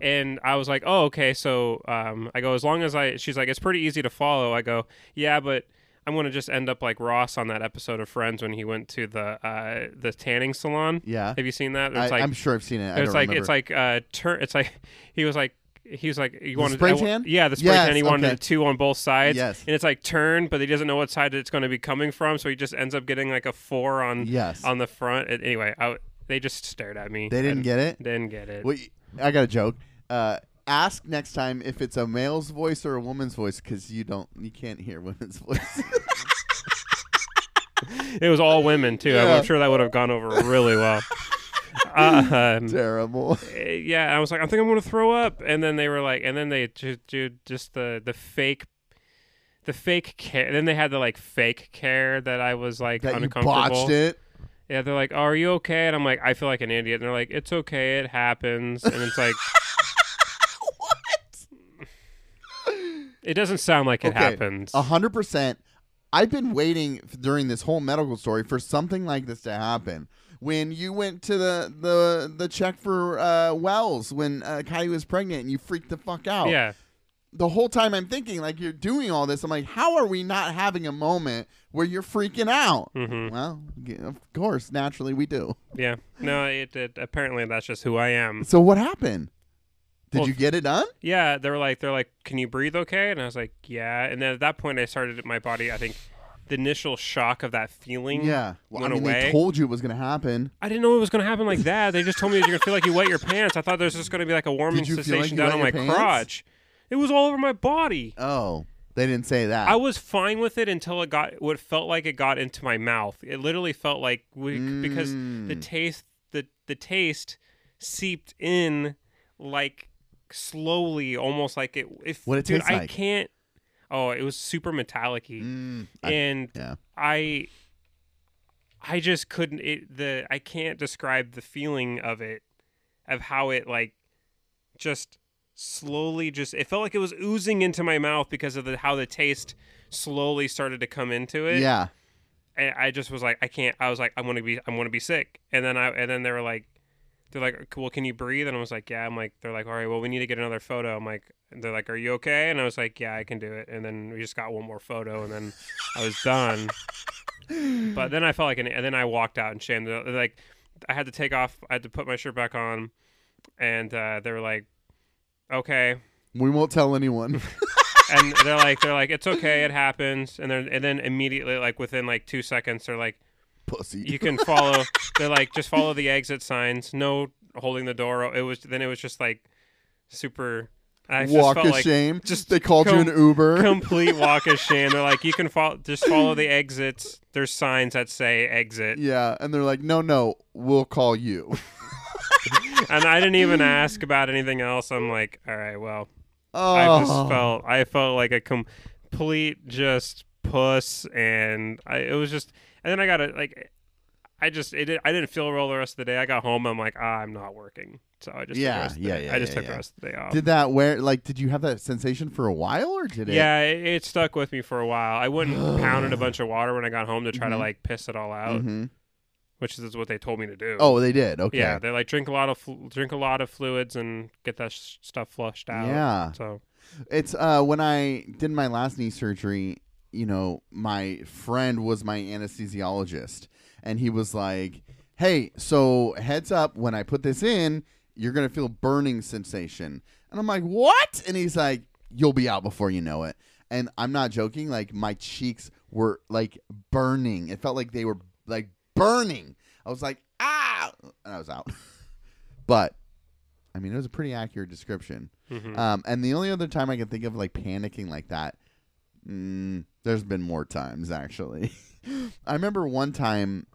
[SPEAKER 6] and I was like, "Oh, okay." So um, I go, as long as I, she's like, it's pretty easy to follow. I go, yeah, but I'm gonna just end up like Ross on that episode of Friends when he went to the uh, the tanning salon.
[SPEAKER 5] Yeah.
[SPEAKER 6] have you seen that? It's
[SPEAKER 5] I,
[SPEAKER 6] like
[SPEAKER 5] I'm sure I've seen it. I
[SPEAKER 6] it's
[SPEAKER 5] don't
[SPEAKER 6] like
[SPEAKER 5] remember.
[SPEAKER 6] it's like uh, turn. It's like [LAUGHS] he was like. He was like, "You wanted
[SPEAKER 5] spray
[SPEAKER 6] I wa-
[SPEAKER 5] tan?
[SPEAKER 6] Yeah, the spray
[SPEAKER 5] Yes,
[SPEAKER 6] tan. He wanted
[SPEAKER 5] okay.
[SPEAKER 6] the two on both sides.
[SPEAKER 5] Yes.
[SPEAKER 6] and it's like turn, but he doesn't know what side it's going to be coming from, so he just ends up getting like a four on
[SPEAKER 5] Yes.
[SPEAKER 6] on the front. And Anyway, I, they just stared at me.
[SPEAKER 5] They didn't
[SPEAKER 6] and
[SPEAKER 5] get it?
[SPEAKER 6] Didn't get it.
[SPEAKER 5] Wait, I got a joke. Uh, ask next time if it's a male's voice or a woman's voice because you don't, you can't hear women's [LAUGHS] voice.
[SPEAKER 6] It was all women too.
[SPEAKER 5] Yeah.
[SPEAKER 6] I'm sure that would have gone over
[SPEAKER 5] [LAUGHS]
[SPEAKER 6] really well. Uh, um, [LAUGHS]
[SPEAKER 5] Terrible.
[SPEAKER 6] yeah, I was like, I think I'm gonna throw up, and then they were like, and then they ju- ju- just the the fake, the fake care. Then they had the like fake care that I was like
[SPEAKER 5] That you
[SPEAKER 6] uncomfortable.
[SPEAKER 5] botched it.
[SPEAKER 6] yeah, they're like, "Are you okay?" And I'm like, "I feel like an idiot." And they're like, "It's okay, it happens." And
[SPEAKER 5] [LAUGHS]
[SPEAKER 6] it's like, It doesn't sound like it happens.
[SPEAKER 5] A hundred percent. I've been waiting f- during this whole medical story for something like this to happen. When you went to the the the check for uh, Wells when uh, Kylie was pregnant and you freaked the fuck out.
[SPEAKER 6] Yeah.
[SPEAKER 5] The whole time I'm thinking like you're doing all this. I'm like, how are we not having a moment where you're freaking out?
[SPEAKER 6] Mm-hmm.
[SPEAKER 5] Well, yeah, of course, naturally we do.
[SPEAKER 6] Yeah. No, it, it apparently that's just who I am.
[SPEAKER 5] So what happened? Did
[SPEAKER 6] Well, mm-hmm.
[SPEAKER 5] you get it done?
[SPEAKER 6] Yeah, they were like they're like, "Can you breathe okay?" And I was like, "Yeah." And then at that point I started my body, I think the initial shock of that feeling
[SPEAKER 5] Yeah. Well, I
[SPEAKER 6] went
[SPEAKER 5] mean,
[SPEAKER 6] away.
[SPEAKER 5] they told you it was going to happen.
[SPEAKER 6] I didn't know it was going to happen like that. They just told me you're going to feel like you wet your pants. I thought there was just going to be like a warming
[SPEAKER 5] Did you feel like you
[SPEAKER 6] sensation down
[SPEAKER 5] wet
[SPEAKER 6] on
[SPEAKER 5] your pants?
[SPEAKER 6] my crotch. It was all over my body.
[SPEAKER 5] Oh, they didn't say that.
[SPEAKER 6] I was fine with it until it got what felt like it got into my mouth. It literally felt like we, because the
[SPEAKER 5] Mm.
[SPEAKER 6] taste the the taste seeped in like slowly, almost like it. If,
[SPEAKER 5] What'd it
[SPEAKER 6] dude,
[SPEAKER 5] taste
[SPEAKER 6] I
[SPEAKER 5] like? Mm,
[SPEAKER 6] can't. Oh, it was super metallic-y.
[SPEAKER 5] I-
[SPEAKER 6] and
[SPEAKER 5] yeah.
[SPEAKER 6] I I just couldn't it the I can't describe the feeling of it of how it like just slowly just it felt like it was oozing into my mouth because of the how the taste slowly started to come into it.
[SPEAKER 5] yeah.
[SPEAKER 6] And I just was like I can't I was like I'm going to be I'm going to be sick. And then I and then they were like they're like, well, can you breathe? And I was like, yeah. I'm like, they're like, all right, well, we need to get another photo. I'm like, they're like, are you okay? And I was like, yeah, I can do it. And then we just got one more photo, and then I was done. but then I felt like an, and then I walked out and shamed. Like, I had to take off, I had to put my shirt back on, and uh, they were like, okay.
[SPEAKER 5] We won't tell anyone. [LAUGHS]
[SPEAKER 6] And they're like, they're like, it's okay, it happens. And then and then immediately, like within like two seconds, they're like,
[SPEAKER 5] Pussy.
[SPEAKER 6] you can follow they're like just follow the exit signs no holding the door it was then it was just like super I just
[SPEAKER 5] Walk
[SPEAKER 6] felt
[SPEAKER 5] of
[SPEAKER 6] like
[SPEAKER 5] shame.
[SPEAKER 6] just
[SPEAKER 5] they called you
[SPEAKER 6] com-
[SPEAKER 5] an Uber.
[SPEAKER 6] complete
[SPEAKER 5] [LAUGHS]
[SPEAKER 6] walk of shame they're like you can follow just follow the exits there's signs that say exit
[SPEAKER 5] yeah, and they're like, no, no, we'll call you.
[SPEAKER 6] and i
[SPEAKER 5] [LAUGHS]
[SPEAKER 6] didn't even ask about anything else i'm like all right well
[SPEAKER 5] Oh,
[SPEAKER 6] [LAUGHS] i just felt i felt like a complete just puss and i it was just and then i got a like I just it, did- I didn't feel well the rest of the day. I got home. I'm like, ah, I'm not working, so I just
[SPEAKER 5] Yeah,
[SPEAKER 6] took the rest of the
[SPEAKER 5] yeah,
[SPEAKER 6] day-
[SPEAKER 5] yeah,
[SPEAKER 6] I just
[SPEAKER 5] yeah,
[SPEAKER 6] took
[SPEAKER 5] yeah.
[SPEAKER 6] the rest of the day off.
[SPEAKER 5] did that where? Like, did you have that sensation for a while, or did it?
[SPEAKER 6] yeah, it, it stuck with me for a while. I wouldn't
[SPEAKER 5] [SIGHS]
[SPEAKER 6] pound in a bunch of water when I got home to try
[SPEAKER 5] Mm-hmm.
[SPEAKER 6] to like piss it all out,
[SPEAKER 5] Mhm.
[SPEAKER 6] which is what they told me to do.
[SPEAKER 5] Oh, they did. Okay.
[SPEAKER 6] yeah, they're like drink a lot of flu drink a lot of fluids and get that sh- stuff flushed out.
[SPEAKER 5] Yeah.
[SPEAKER 6] So
[SPEAKER 5] It's uh when I did my last knee surgery, you know, my friend was my anesthesiologist and he was like, "Hey, so heads up when I put this in, you're going to feel burning sensation." And I'm like, "What?" And he's like, "You'll be out before you know it." And I'm not joking, like my cheeks were like burning. It felt like they were like burning. I was like, "Ah!" and I was out. [LAUGHS] but I mean, it was a pretty accurate description. Um, and the only other time I can think of like panicking like that, mm, there's been more times actually. [LAUGHS] I remember one time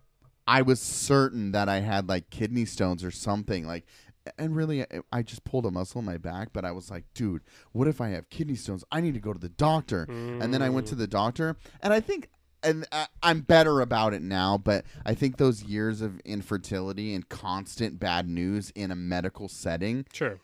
[SPEAKER 5] I was certain that I had like kidney stones or something like. And really, I- I just pulled a muscle in my back, but I was like, dude, what if I have kidney stones? I need to go to the doctor. And then I went to the doctor, and I think, and I, I'm better about it now, but I think those years of infertility and constant bad news in a medical setting
[SPEAKER 6] sure.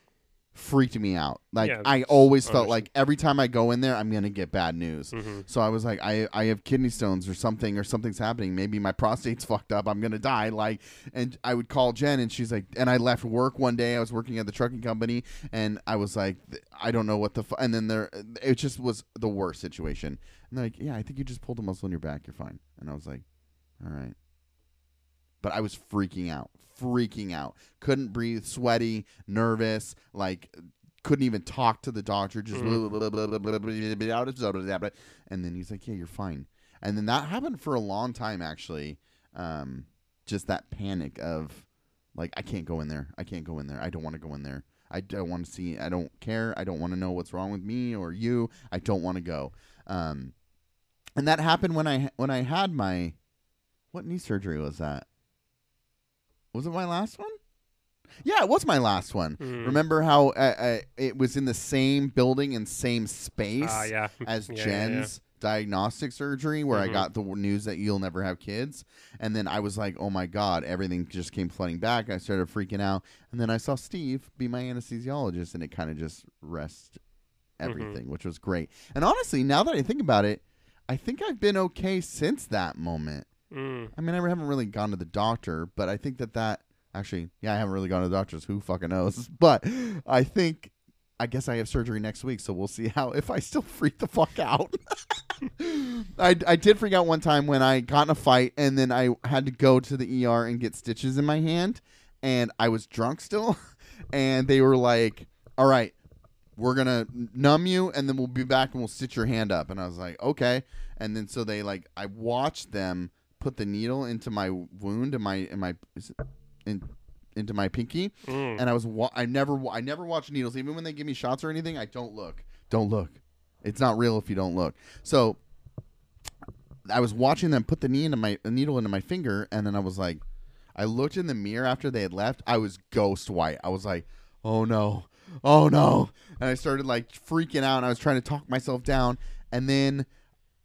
[SPEAKER 5] freaked me out. Like
[SPEAKER 6] Yeah,
[SPEAKER 5] I
[SPEAKER 6] that's
[SPEAKER 5] always felt
[SPEAKER 6] understand-
[SPEAKER 5] like every time I go in there, I'm gonna get bad news. So I was like, I I have kidney stones or something or something's happening. Maybe my prostate's [LAUGHS] fucked up. I'm gonna die. Like, and I would call Jen and she's like, and I left work one day. I was working at the trucking company and I was like, th- I don't know what the. Fu-. And then there, it just was the worst situation. And they're like, yeah, I think you just pulled a muscle in your back. You're fine. And I was like, all right but I was freaking out, freaking out. Couldn't breathe, sweaty, nervous, like couldn't even talk to the doctor. Just blah, blah, blah, blah, blah, blah, blah, blah, blah, blah, blah, blah. and then he's like, "Yeah, you're fine." And then that happened for a long time, actually. Um, just that panic of, like, I can't go in there. I can't go in there. I don't want to go in there. I don't want to see. I don't care. I don't want to know what's wrong with me or you. I don't want to go. Um, and that happened when I when I had my, what knee surgery was that? was it my last one? Yeah, it was my last one.
[SPEAKER 6] Hmm.
[SPEAKER 5] Remember how uh, uh, it was in the same building and same space
[SPEAKER 6] Ah, yeah. [LAUGHS]
[SPEAKER 5] as
[SPEAKER 6] Yeah, Mm-hmm. yeah, yeah.
[SPEAKER 5] Jen's diagnostic surgery where I got the w- news that you'll never have kids. And then I was like, oh my God, everything just came flooding back. I started freaking out. And then I saw Steve be my anesthesiologist and it kind of just rest
[SPEAKER 6] Mm-hmm.
[SPEAKER 5] everything, which was great. And honestly, now that I think about it, I think I've been okay since that moment. I mean, I haven't really gone to the doctor, but I think that that actually, yeah, I haven't really gone to the doctors. Who fucking knows? [LAUGHS] But I think, I guess I have surgery next week, so we'll see how if I still [LAUGHS] freak the fuck out. [LAUGHS] I, I did freak out one time when I got in a fight and then I had to go to the ER and get stitches in my hand, and I was drunk still, [LAUGHS] and they were like, "All right, we're gonna numb you and then we'll be back and we'll stitch your hand up and i was like okay and then so they like i watched them put the needle into my wound in my in my is it- in into my pinky and i was wa- i never wa- i never watch needles even when they give me shots or anything i don't look don't look it's not real if you don't look so I was watching them put the knee into my a needle into my finger, and then I was like, I looked in the mirror after they had left. I was ghost white. I was like, oh no, oh no, and I started like freaking out. And I was trying to talk myself down, and then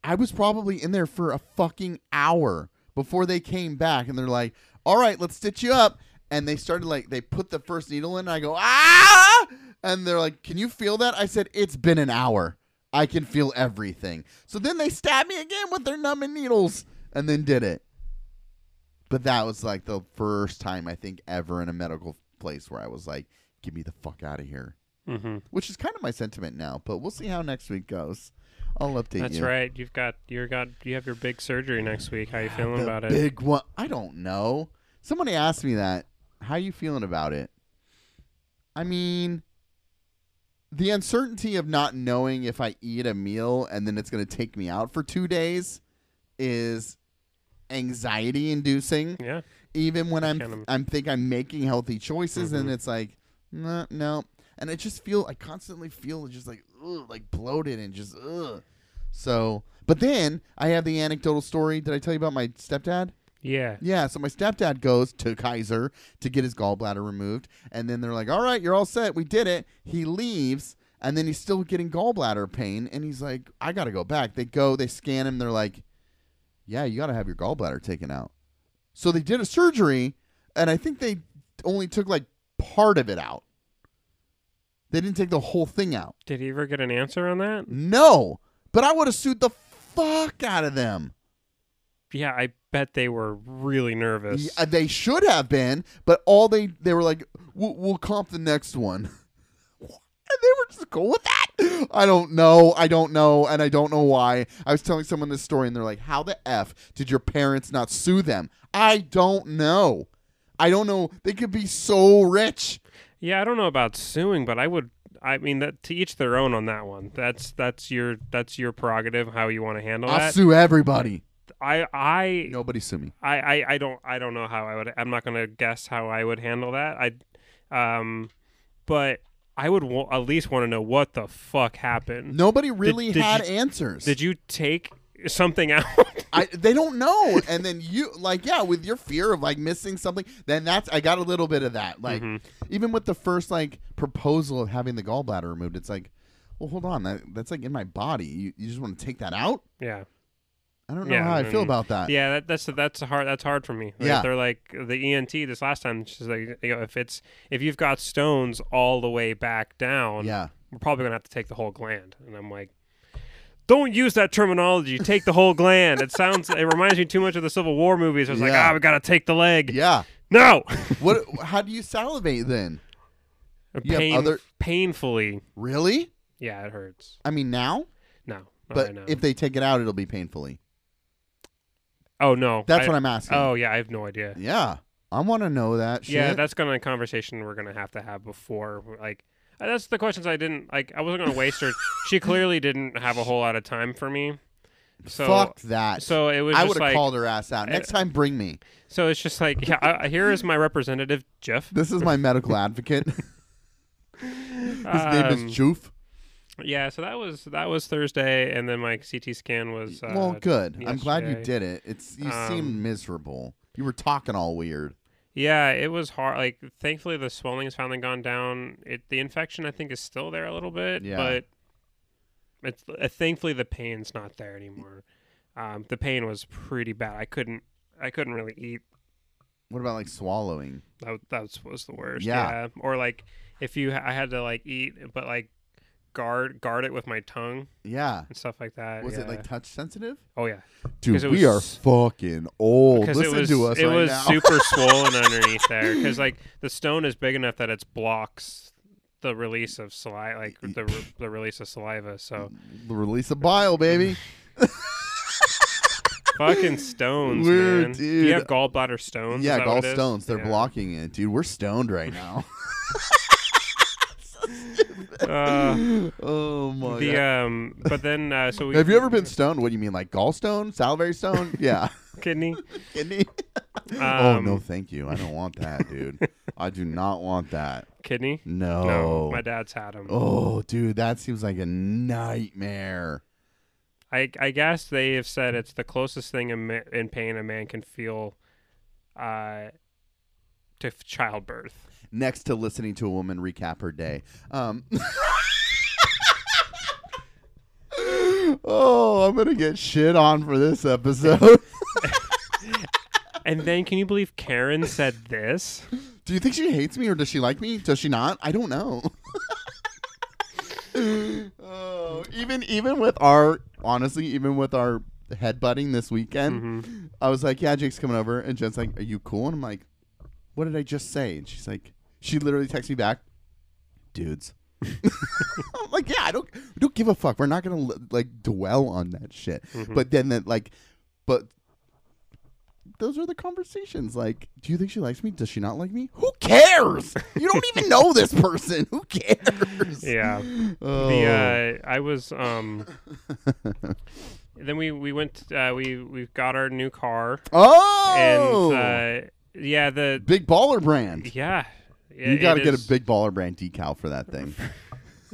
[SPEAKER 5] I was probably in there for a fucking hour before they came back, and they're like, all right, let's stitch you up, and they started like they put the first needle in, and I go ah, and they're like, can you feel that? I said, it's been an hour. I can feel everything. So then they stabbed me again with their numbing needles and then did it. But that was like the first time I think ever in a medical place where I was like, get me the fuck out of here. Mm-hmm. Which is kind of my sentiment now, but we'll see how next week goes. I'll update
[SPEAKER 6] That's
[SPEAKER 5] you.
[SPEAKER 6] right. You've got you got you have your big surgery next week. How you feeling
[SPEAKER 5] The
[SPEAKER 6] about it?
[SPEAKER 5] big one. I don't know. Somebody asked me that. How you feeling about it? I mean, the uncertainty of not knowing if I eat a meal and then it's going to take me out for two days is anxiety inducing.
[SPEAKER 6] Yeah.
[SPEAKER 5] Even when I'm,
[SPEAKER 6] can't im-
[SPEAKER 5] I'm think I'm making healthy choices and it's like, no, no. And I just feel, I constantly feel just like, ugh, like bloated and just, ugh. So, but then I have the anecdotal story. Did I tell you about my stepdad?
[SPEAKER 6] Yeah.
[SPEAKER 5] Yeah, so my stepdad goes to Kaiser to get his gallbladder removed, and then they're like, "All right, you're all set. We did it." He leaves, and then he's still getting gallbladder pain, and he's like, "I got to go back." They go, they scan him, they're like, "Yeah, you got to have your gallbladder taken out." So they did a surgery, and I think they only took like part of it out. They didn't take the whole thing out.
[SPEAKER 6] Did he ever get an answer on that?
[SPEAKER 5] Mm. No, but I would have sued the fuck out of them.
[SPEAKER 6] Yeah, I bet they were really nervous.
[SPEAKER 5] Yeah, uh, they should have been, but all they they were like, we'll, we'll comp the next one. [LAUGHS] And they were just cool with that. I don't know. I don't know. And I don't know why. I was telling someone this story and they're like, how the F did your parents not sue them? I don't know. I don't know. They could be so rich.
[SPEAKER 6] Yeah, I don't know about suing, but I would. I mean, that to each their own on that one. That's that's your that's your prerogative how you want to handle
[SPEAKER 5] I'll
[SPEAKER 6] that.
[SPEAKER 5] sue everybody.
[SPEAKER 6] I I,
[SPEAKER 5] Nobody sue me.
[SPEAKER 6] I I I don't I don't know how I would. I'm not gonna guess how I would handle that. I, um, but I would wa- at least want to know what the fuck happened.
[SPEAKER 5] Nobody really
[SPEAKER 6] did
[SPEAKER 5] had
[SPEAKER 6] you-
[SPEAKER 5] answers.
[SPEAKER 6] Did you take something [LAUGHS] out?
[SPEAKER 5] I they don't know. And then you like yeah, with your fear of like missing something, then that's I got a little bit of that. Like
[SPEAKER 6] Mm-hmm.
[SPEAKER 5] even with the first like proposal of having the gallbladder removed, it's like, well, hold on, that, that's like in my body. You you just want to take that out?
[SPEAKER 6] yeah.
[SPEAKER 5] I don't know
[SPEAKER 6] Yeah,
[SPEAKER 5] how I feel
[SPEAKER 6] mm.
[SPEAKER 5] about that.
[SPEAKER 6] Yeah, that, that's that's a hard. That's hard for me. Like,
[SPEAKER 5] Uh, Yeah.
[SPEAKER 6] they're like the ENT. This last time, she's like, you know, if it's if you've got stones all the way back down,
[SPEAKER 5] Yeah.
[SPEAKER 6] we're probably gonna have to take the whole gland. And I'm like, don't use that terminology. Take the whole gland. It sounds. it reminds me too much of the Civil War movies. I was like,
[SPEAKER 5] Yeah.
[SPEAKER 6] ah, we gotta take the leg.
[SPEAKER 5] Yeah.
[SPEAKER 6] No.
[SPEAKER 5] What how do you salivate then?
[SPEAKER 6] [LAUGHS]
[SPEAKER 5] You have
[SPEAKER 6] Pain,
[SPEAKER 5] other-
[SPEAKER 6] painfully.
[SPEAKER 5] Really?
[SPEAKER 6] Yeah, it hurts.
[SPEAKER 5] I mean now?
[SPEAKER 6] No. not
[SPEAKER 5] But
[SPEAKER 6] right now.
[SPEAKER 5] if they take it out it'll be painfully.
[SPEAKER 6] oh no,
[SPEAKER 5] That's
[SPEAKER 6] I-
[SPEAKER 5] what I'm asking.
[SPEAKER 6] Oh yeah, I have no idea.
[SPEAKER 5] Yeah. I wanna know that shit.
[SPEAKER 6] Yeah, that's gonna a conversation we're gonna have to have before like uh, that's the questions I didn't like I wasn't
[SPEAKER 5] [LAUGHS]
[SPEAKER 6] gonna waste her she clearly didn't have a whole lot of time for me. So
[SPEAKER 5] Fuck that.
[SPEAKER 6] so it was
[SPEAKER 5] I
[SPEAKER 6] just
[SPEAKER 5] would have
[SPEAKER 6] like- eh,
[SPEAKER 5] called her ass out. Next time bring me.
[SPEAKER 6] so it's just like yeah, I, I- here is my representative, Jeff.
[SPEAKER 5] This is my
[SPEAKER 6] [LAUGHS]
[SPEAKER 5] medical advocate. [LAUGHS] His name
[SPEAKER 6] Um,
[SPEAKER 5] is Joof.
[SPEAKER 6] Yeah, so that was that was Thursday and then my C T scan was uh,
[SPEAKER 5] well, good. I'm glad you
[SPEAKER 6] yesterday.
[SPEAKER 5] did it. It's you seem
[SPEAKER 6] Um,
[SPEAKER 5] miserable. You were talking all weird.
[SPEAKER 6] Yeah, it was hard. Like, thankfully, the swelling has finally gone down. It the infection I think is still there a little bit,
[SPEAKER 5] Yeah.
[SPEAKER 6] but It's uh, thankfully the pain's not there anymore. Um, the pain was pretty bad. I couldn't. I couldn't really eat.
[SPEAKER 5] What about like swallowing?
[SPEAKER 6] That was- that was- was the worst.
[SPEAKER 5] Yeah.
[SPEAKER 6] Or like if you, I had to like eat, but like guard guard it with my tongue
[SPEAKER 5] Yeah.
[SPEAKER 6] and stuff like that.
[SPEAKER 5] Was it
[SPEAKER 6] yeah.
[SPEAKER 5] like touch sensitive?
[SPEAKER 6] Oh yeah.
[SPEAKER 5] Dude,
[SPEAKER 6] 'Cause it
[SPEAKER 5] we are
[SPEAKER 6] was-
[SPEAKER 5] fucking old.
[SPEAKER 6] Because it
[SPEAKER 5] Listen
[SPEAKER 6] was
[SPEAKER 5] to us
[SPEAKER 6] it
[SPEAKER 5] right
[SPEAKER 6] was
[SPEAKER 5] now.
[SPEAKER 6] super swollen underneath there. Because like the stone is big enough that it blocks the release of saliva, like the re- the release of saliva. So
[SPEAKER 5] the [LAUGHS] release of bile,
[SPEAKER 6] [LAUGHS]
[SPEAKER 5] baby. [LAUGHS]
[SPEAKER 6] fucking stones,
[SPEAKER 5] We're-
[SPEAKER 6] man. Do you have
[SPEAKER 5] dude.
[SPEAKER 6] gallbladder stones? Is
[SPEAKER 5] yeah,
[SPEAKER 6] that what it is?
[SPEAKER 5] gallstones. They're
[SPEAKER 6] Yeah.
[SPEAKER 5] blocking it, dude. We're stoned right now. [LAUGHS]
[SPEAKER 6] [LAUGHS] Uh,
[SPEAKER 5] oh my
[SPEAKER 6] the
[SPEAKER 5] god.
[SPEAKER 6] um, but then uh,
[SPEAKER 5] [LAUGHS]
[SPEAKER 6] so we
[SPEAKER 5] Have you ever been stoned? What do you mean, like gallstone, salivary stone? Yeah,
[SPEAKER 6] [LAUGHS] kidney?
[SPEAKER 5] kidney. oh no, thank you. I don't want that, dude. I do not want that.
[SPEAKER 6] Kidney?
[SPEAKER 5] No.
[SPEAKER 6] No, my dad's had them.
[SPEAKER 5] Oh, dude, that seems like a nightmare.
[SPEAKER 6] I, I guess they have said it's the closest thing in, ma- in pain a man can feel uh, to f- childbirth.
[SPEAKER 5] Next to listening to a woman recap her day. Um. [LAUGHS] oh, I'm gonna get shit on for this episode. [LAUGHS]
[SPEAKER 6] And then, can you believe Karen said this?
[SPEAKER 5] Do you think she hates me or does she like me? Does she not? I don't know. oh, even even with our honestly, even with our headbutting this weekend, I was like, "Yeah, Jake's coming over," and Jen's like, "Are you cool?" And I'm like, "What did I just say?" And she's like, she literally texts me back, "Dudes." [LAUGHS] I'm like, "Yeah, I don't I don't give a fuck. We're not gonna like dwell on that shit." But then that like, but those are the conversations. Like, do you think she likes me? Does she not like me? Who cares? You don't even know this person. Who cares?
[SPEAKER 6] [LAUGHS] Yeah.
[SPEAKER 5] Oh.
[SPEAKER 6] The uh, I was
[SPEAKER 5] [LAUGHS]
[SPEAKER 6] um. then we we went uh, we we got our new car
[SPEAKER 5] oh.
[SPEAKER 6] and uh, yeah the
[SPEAKER 5] big baller brand.
[SPEAKER 6] yeah
[SPEAKER 5] you got to get a big baller brand decal for that thing.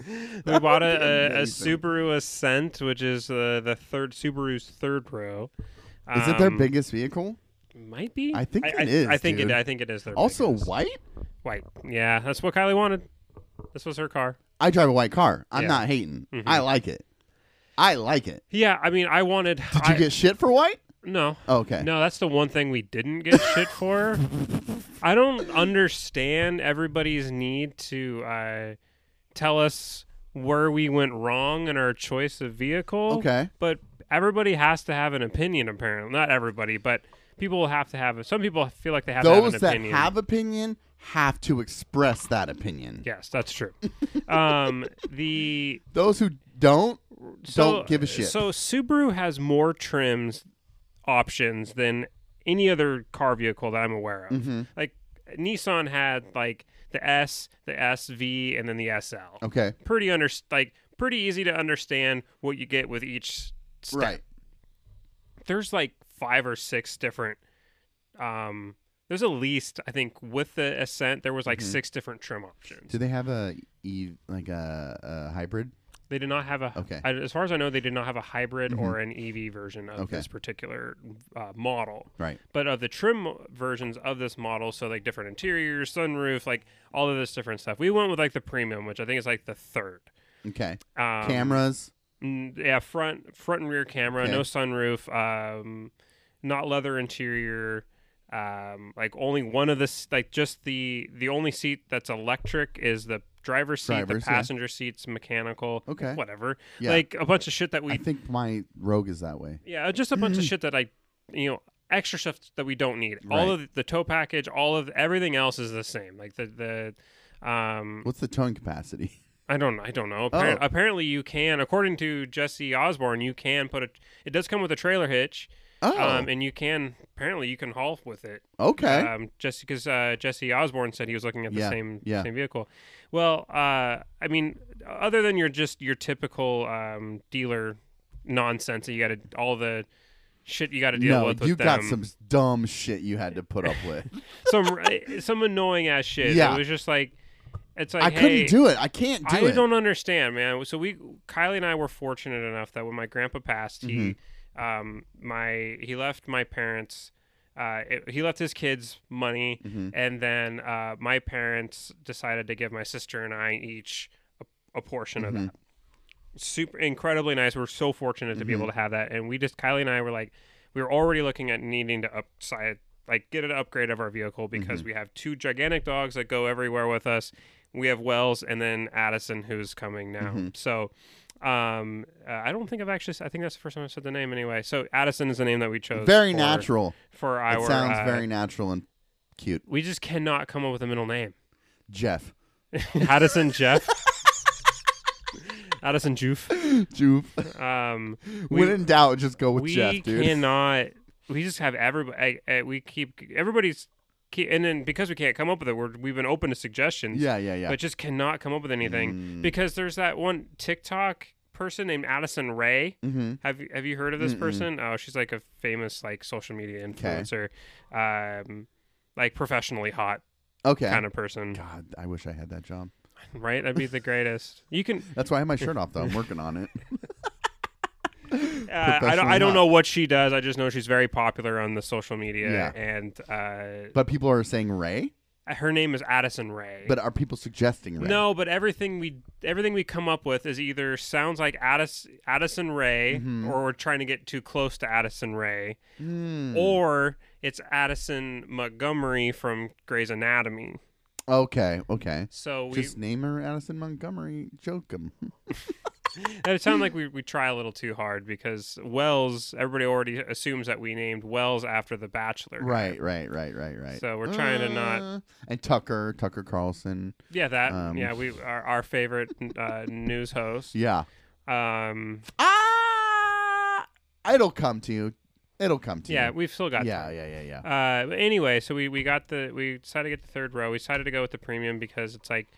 [SPEAKER 6] We bought a,
[SPEAKER 5] be
[SPEAKER 6] a, a
[SPEAKER 5] [LAUGHS] amazing.
[SPEAKER 6] Subaru Ascent, which is uh, the third Subaru's third row.
[SPEAKER 5] Is it their
[SPEAKER 6] Um,
[SPEAKER 5] biggest vehicle?
[SPEAKER 6] Might be.
[SPEAKER 5] I think
[SPEAKER 6] I,
[SPEAKER 5] it
[SPEAKER 6] I,
[SPEAKER 5] is,
[SPEAKER 6] I think
[SPEAKER 5] dude.
[SPEAKER 6] it. I think it is their
[SPEAKER 5] Also
[SPEAKER 6] biggest.
[SPEAKER 5] white.
[SPEAKER 6] white. Yeah, that's what Kylie wanted. This was her car.
[SPEAKER 5] I drive a white car. I'm
[SPEAKER 6] Yeah. Mm-hmm.
[SPEAKER 5] not hating. I like it. I like it.
[SPEAKER 6] Yeah, I mean, I wanted.
[SPEAKER 5] Did you get shit for white?
[SPEAKER 6] no?
[SPEAKER 5] Oh, Okay.
[SPEAKER 6] No, that's the one thing we
[SPEAKER 5] [LAUGHS]
[SPEAKER 6] didn't get shit for. I don't understand everybody's need to uh, tell us where we went wrong in our choice of vehicle.
[SPEAKER 5] Okay.
[SPEAKER 6] But everybody has to have an opinion, apparently. Not everybody, but people have to have. Some people feel like they have to
[SPEAKER 5] Those
[SPEAKER 6] have an
[SPEAKER 5] that
[SPEAKER 6] opinion.
[SPEAKER 5] have opinion have to express that opinion.
[SPEAKER 6] yes, that's true. [LAUGHS] um, the
[SPEAKER 5] Those who don't
[SPEAKER 6] so, uh,
[SPEAKER 5] don't give a shit.
[SPEAKER 6] So Subaru has more trims options than any other car vehicle that I'm aware of.
[SPEAKER 5] Mm-hmm.
[SPEAKER 6] Like Nissan had like the S, the SV, and then the SL.
[SPEAKER 5] okay.
[SPEAKER 6] Pretty under like pretty easy to understand what you get with each. Step.
[SPEAKER 5] Right.
[SPEAKER 6] There's like five or six different. Um, there's at least I think with the Ascent there was like
[SPEAKER 5] Mm-hmm.
[SPEAKER 6] six different trim options.
[SPEAKER 5] Do they have a e like a, a hybrid?
[SPEAKER 6] They did not have a.
[SPEAKER 5] Okay. Mm-hmm.
[SPEAKER 6] I, as far as I know, they did not have a hybrid or an EV version of
[SPEAKER 5] Okay.
[SPEAKER 6] this particular uh, model.
[SPEAKER 5] Right.
[SPEAKER 6] But of the trim versions of this model, so like different interiors, sunroof, like all of this different stuff. We went with like the premium, which I think is like the third.
[SPEAKER 5] Okay.
[SPEAKER 6] Um,
[SPEAKER 5] Cameras.
[SPEAKER 6] mm, Yeah, front front and rear camera,
[SPEAKER 5] Okay.
[SPEAKER 6] no sunroof, um, not leather interior. Um, like only one of the s- like just the the only seat that's electric is the driver's seat.
[SPEAKER 5] Driver's,
[SPEAKER 6] the
[SPEAKER 5] yeah.
[SPEAKER 6] passenger seat's mechanical.
[SPEAKER 5] Okay.
[SPEAKER 6] whatever.
[SPEAKER 5] Yeah.
[SPEAKER 6] Like a bunch of shit that we
[SPEAKER 5] I think my Rogue is that way.
[SPEAKER 6] yeah, just a
[SPEAKER 5] [CLEARS THROAT]
[SPEAKER 6] bunch of shit that I, you know, extra stuff that we don't need. All
[SPEAKER 5] Right.
[SPEAKER 6] of the tow package, all of everything else is the same. Like the the, um,
[SPEAKER 5] What's the towing capacity?
[SPEAKER 6] I don't I don't know. Appar-
[SPEAKER 5] Oh.
[SPEAKER 6] Apparently, you can, according to Jesse Osborne, you can put a. It does come with a trailer hitch,
[SPEAKER 5] Oh,
[SPEAKER 6] um, and you can apparently you can haul with it.
[SPEAKER 5] okay.
[SPEAKER 6] Um, just because uh, Jesse Osborne said he was looking at the
[SPEAKER 5] Yeah,
[SPEAKER 6] same
[SPEAKER 5] yeah.
[SPEAKER 6] same vehicle. Well, uh, I mean, other than your just your typical um, dealer nonsense that you got to all the shit you got to deal
[SPEAKER 5] no,
[SPEAKER 6] with.
[SPEAKER 5] you
[SPEAKER 6] with
[SPEAKER 5] got
[SPEAKER 6] them.
[SPEAKER 5] some s- dumb shit you had to put up
[SPEAKER 6] [LAUGHS]
[SPEAKER 5] with.
[SPEAKER 6] some some annoying ass shit.
[SPEAKER 5] Yeah.
[SPEAKER 6] It was just like it's like
[SPEAKER 5] I
[SPEAKER 6] hey,
[SPEAKER 5] couldn't do it. I can't do
[SPEAKER 6] I
[SPEAKER 5] it.
[SPEAKER 6] don't understand, man. So we, Kylie and I, were fortunate enough that when my grandpa passed, he,
[SPEAKER 5] Mm-hmm.
[SPEAKER 6] um, my he left my parents. Uh, it- he left his kids money,
[SPEAKER 5] Mm-hmm.
[SPEAKER 6] and then uh, my
[SPEAKER 5] Mm-hmm.
[SPEAKER 6] parents decided to give my sister and I each a, a portion of that. super incredibly nice. We're so fortunate to be
[SPEAKER 5] Mm-hmm.
[SPEAKER 6] able to have that. And we just Kylie and I were like, we were already looking at needing to upside like get an upgrade of our vehicle
[SPEAKER 5] Mm-hmm.
[SPEAKER 6] because we have two gigantic dogs that go everywhere with us. We have Wells and then Addison who's coming now.
[SPEAKER 5] Mm-hmm.
[SPEAKER 6] So um uh, I don't think I've actually s- I think that's the first time I've said the name anyway. So Addison is the name that we chose.
[SPEAKER 5] Very
[SPEAKER 6] for-
[SPEAKER 5] natural.
[SPEAKER 6] for our
[SPEAKER 5] it sounds
[SPEAKER 6] uh,
[SPEAKER 5] very natural and cute.
[SPEAKER 6] we just cannot come up with a middle name.
[SPEAKER 5] Jeff. [LAUGHS]
[SPEAKER 6] Addison Jeff. Addison Joof.
[SPEAKER 5] Joof. [LAUGHS]
[SPEAKER 6] Um, we-
[SPEAKER 5] When in doubt, just go with
[SPEAKER 6] we
[SPEAKER 5] Jeff, dude.
[SPEAKER 6] cannot. We just have everybody. I, I, we keep everybody's, keep, and then because we can't come up with it, we're, we've been open to suggestions.
[SPEAKER 5] Yeah, yeah, Mm. yeah.
[SPEAKER 6] But just cannot come up with anything because there's that one TikTok person named Addison Ray.
[SPEAKER 5] Mhm.
[SPEAKER 6] Have you have you heard of this person? Oh, she's like a famous like social media influencer, um, like professionally hot
[SPEAKER 5] okay.
[SPEAKER 6] kind of person.
[SPEAKER 5] Eh. God, I wish I had that job.
[SPEAKER 6] Right? That'd
[SPEAKER 5] [LAUGHS]
[SPEAKER 6] be the greatest. You can.
[SPEAKER 5] That's why I have my shirt off,
[SPEAKER 6] [LAUGHS]
[SPEAKER 5] though. I'm working on it.
[SPEAKER 6] Uh, I don't.
[SPEAKER 5] Professionally
[SPEAKER 6] I don't
[SPEAKER 5] hot.
[SPEAKER 6] know what she does. I just know she's very popular on the social media,
[SPEAKER 5] Yeah.
[SPEAKER 6] and uh,
[SPEAKER 5] But people are saying Ray.
[SPEAKER 6] her name is Addison Ray.
[SPEAKER 5] But are people suggesting Ray?
[SPEAKER 6] No, but everything we everything we come up with is either sounds like Addis, Addison Ray,
[SPEAKER 5] Mm-hmm.
[SPEAKER 6] or we're trying to get too close to Addison Ray,
[SPEAKER 5] Hmm.
[SPEAKER 6] or it's Addison Montgomery from Grey's Anatomy.
[SPEAKER 5] Okay, okay.
[SPEAKER 6] So we
[SPEAKER 5] Just name her Addison Montgomery [LAUGHS] Jokum.
[SPEAKER 6] it sounds like we, we try a little too hard because Wells. Everybody already assumes that we named Wells after The Bachelor. guy.
[SPEAKER 5] right, right, right, right, right.
[SPEAKER 6] So we're trying to not-
[SPEAKER 5] Uh, And Tucker, Tucker Carlson.
[SPEAKER 6] Yeah, that.
[SPEAKER 5] Um,
[SPEAKER 6] yeah, we our, our favorite uh, news
[SPEAKER 5] [LAUGHS]
[SPEAKER 6] host.
[SPEAKER 5] Yeah.
[SPEAKER 6] Um,
[SPEAKER 5] Ah! It'll come to you. It'll come to
[SPEAKER 6] yeah,
[SPEAKER 5] you.
[SPEAKER 6] we've still got.
[SPEAKER 5] yeah,
[SPEAKER 6] time.
[SPEAKER 5] yeah, yeah, yeah.
[SPEAKER 6] Uh, but anyway, so we, we got the we decided to get the third row. We decided to go with the premium because it's like,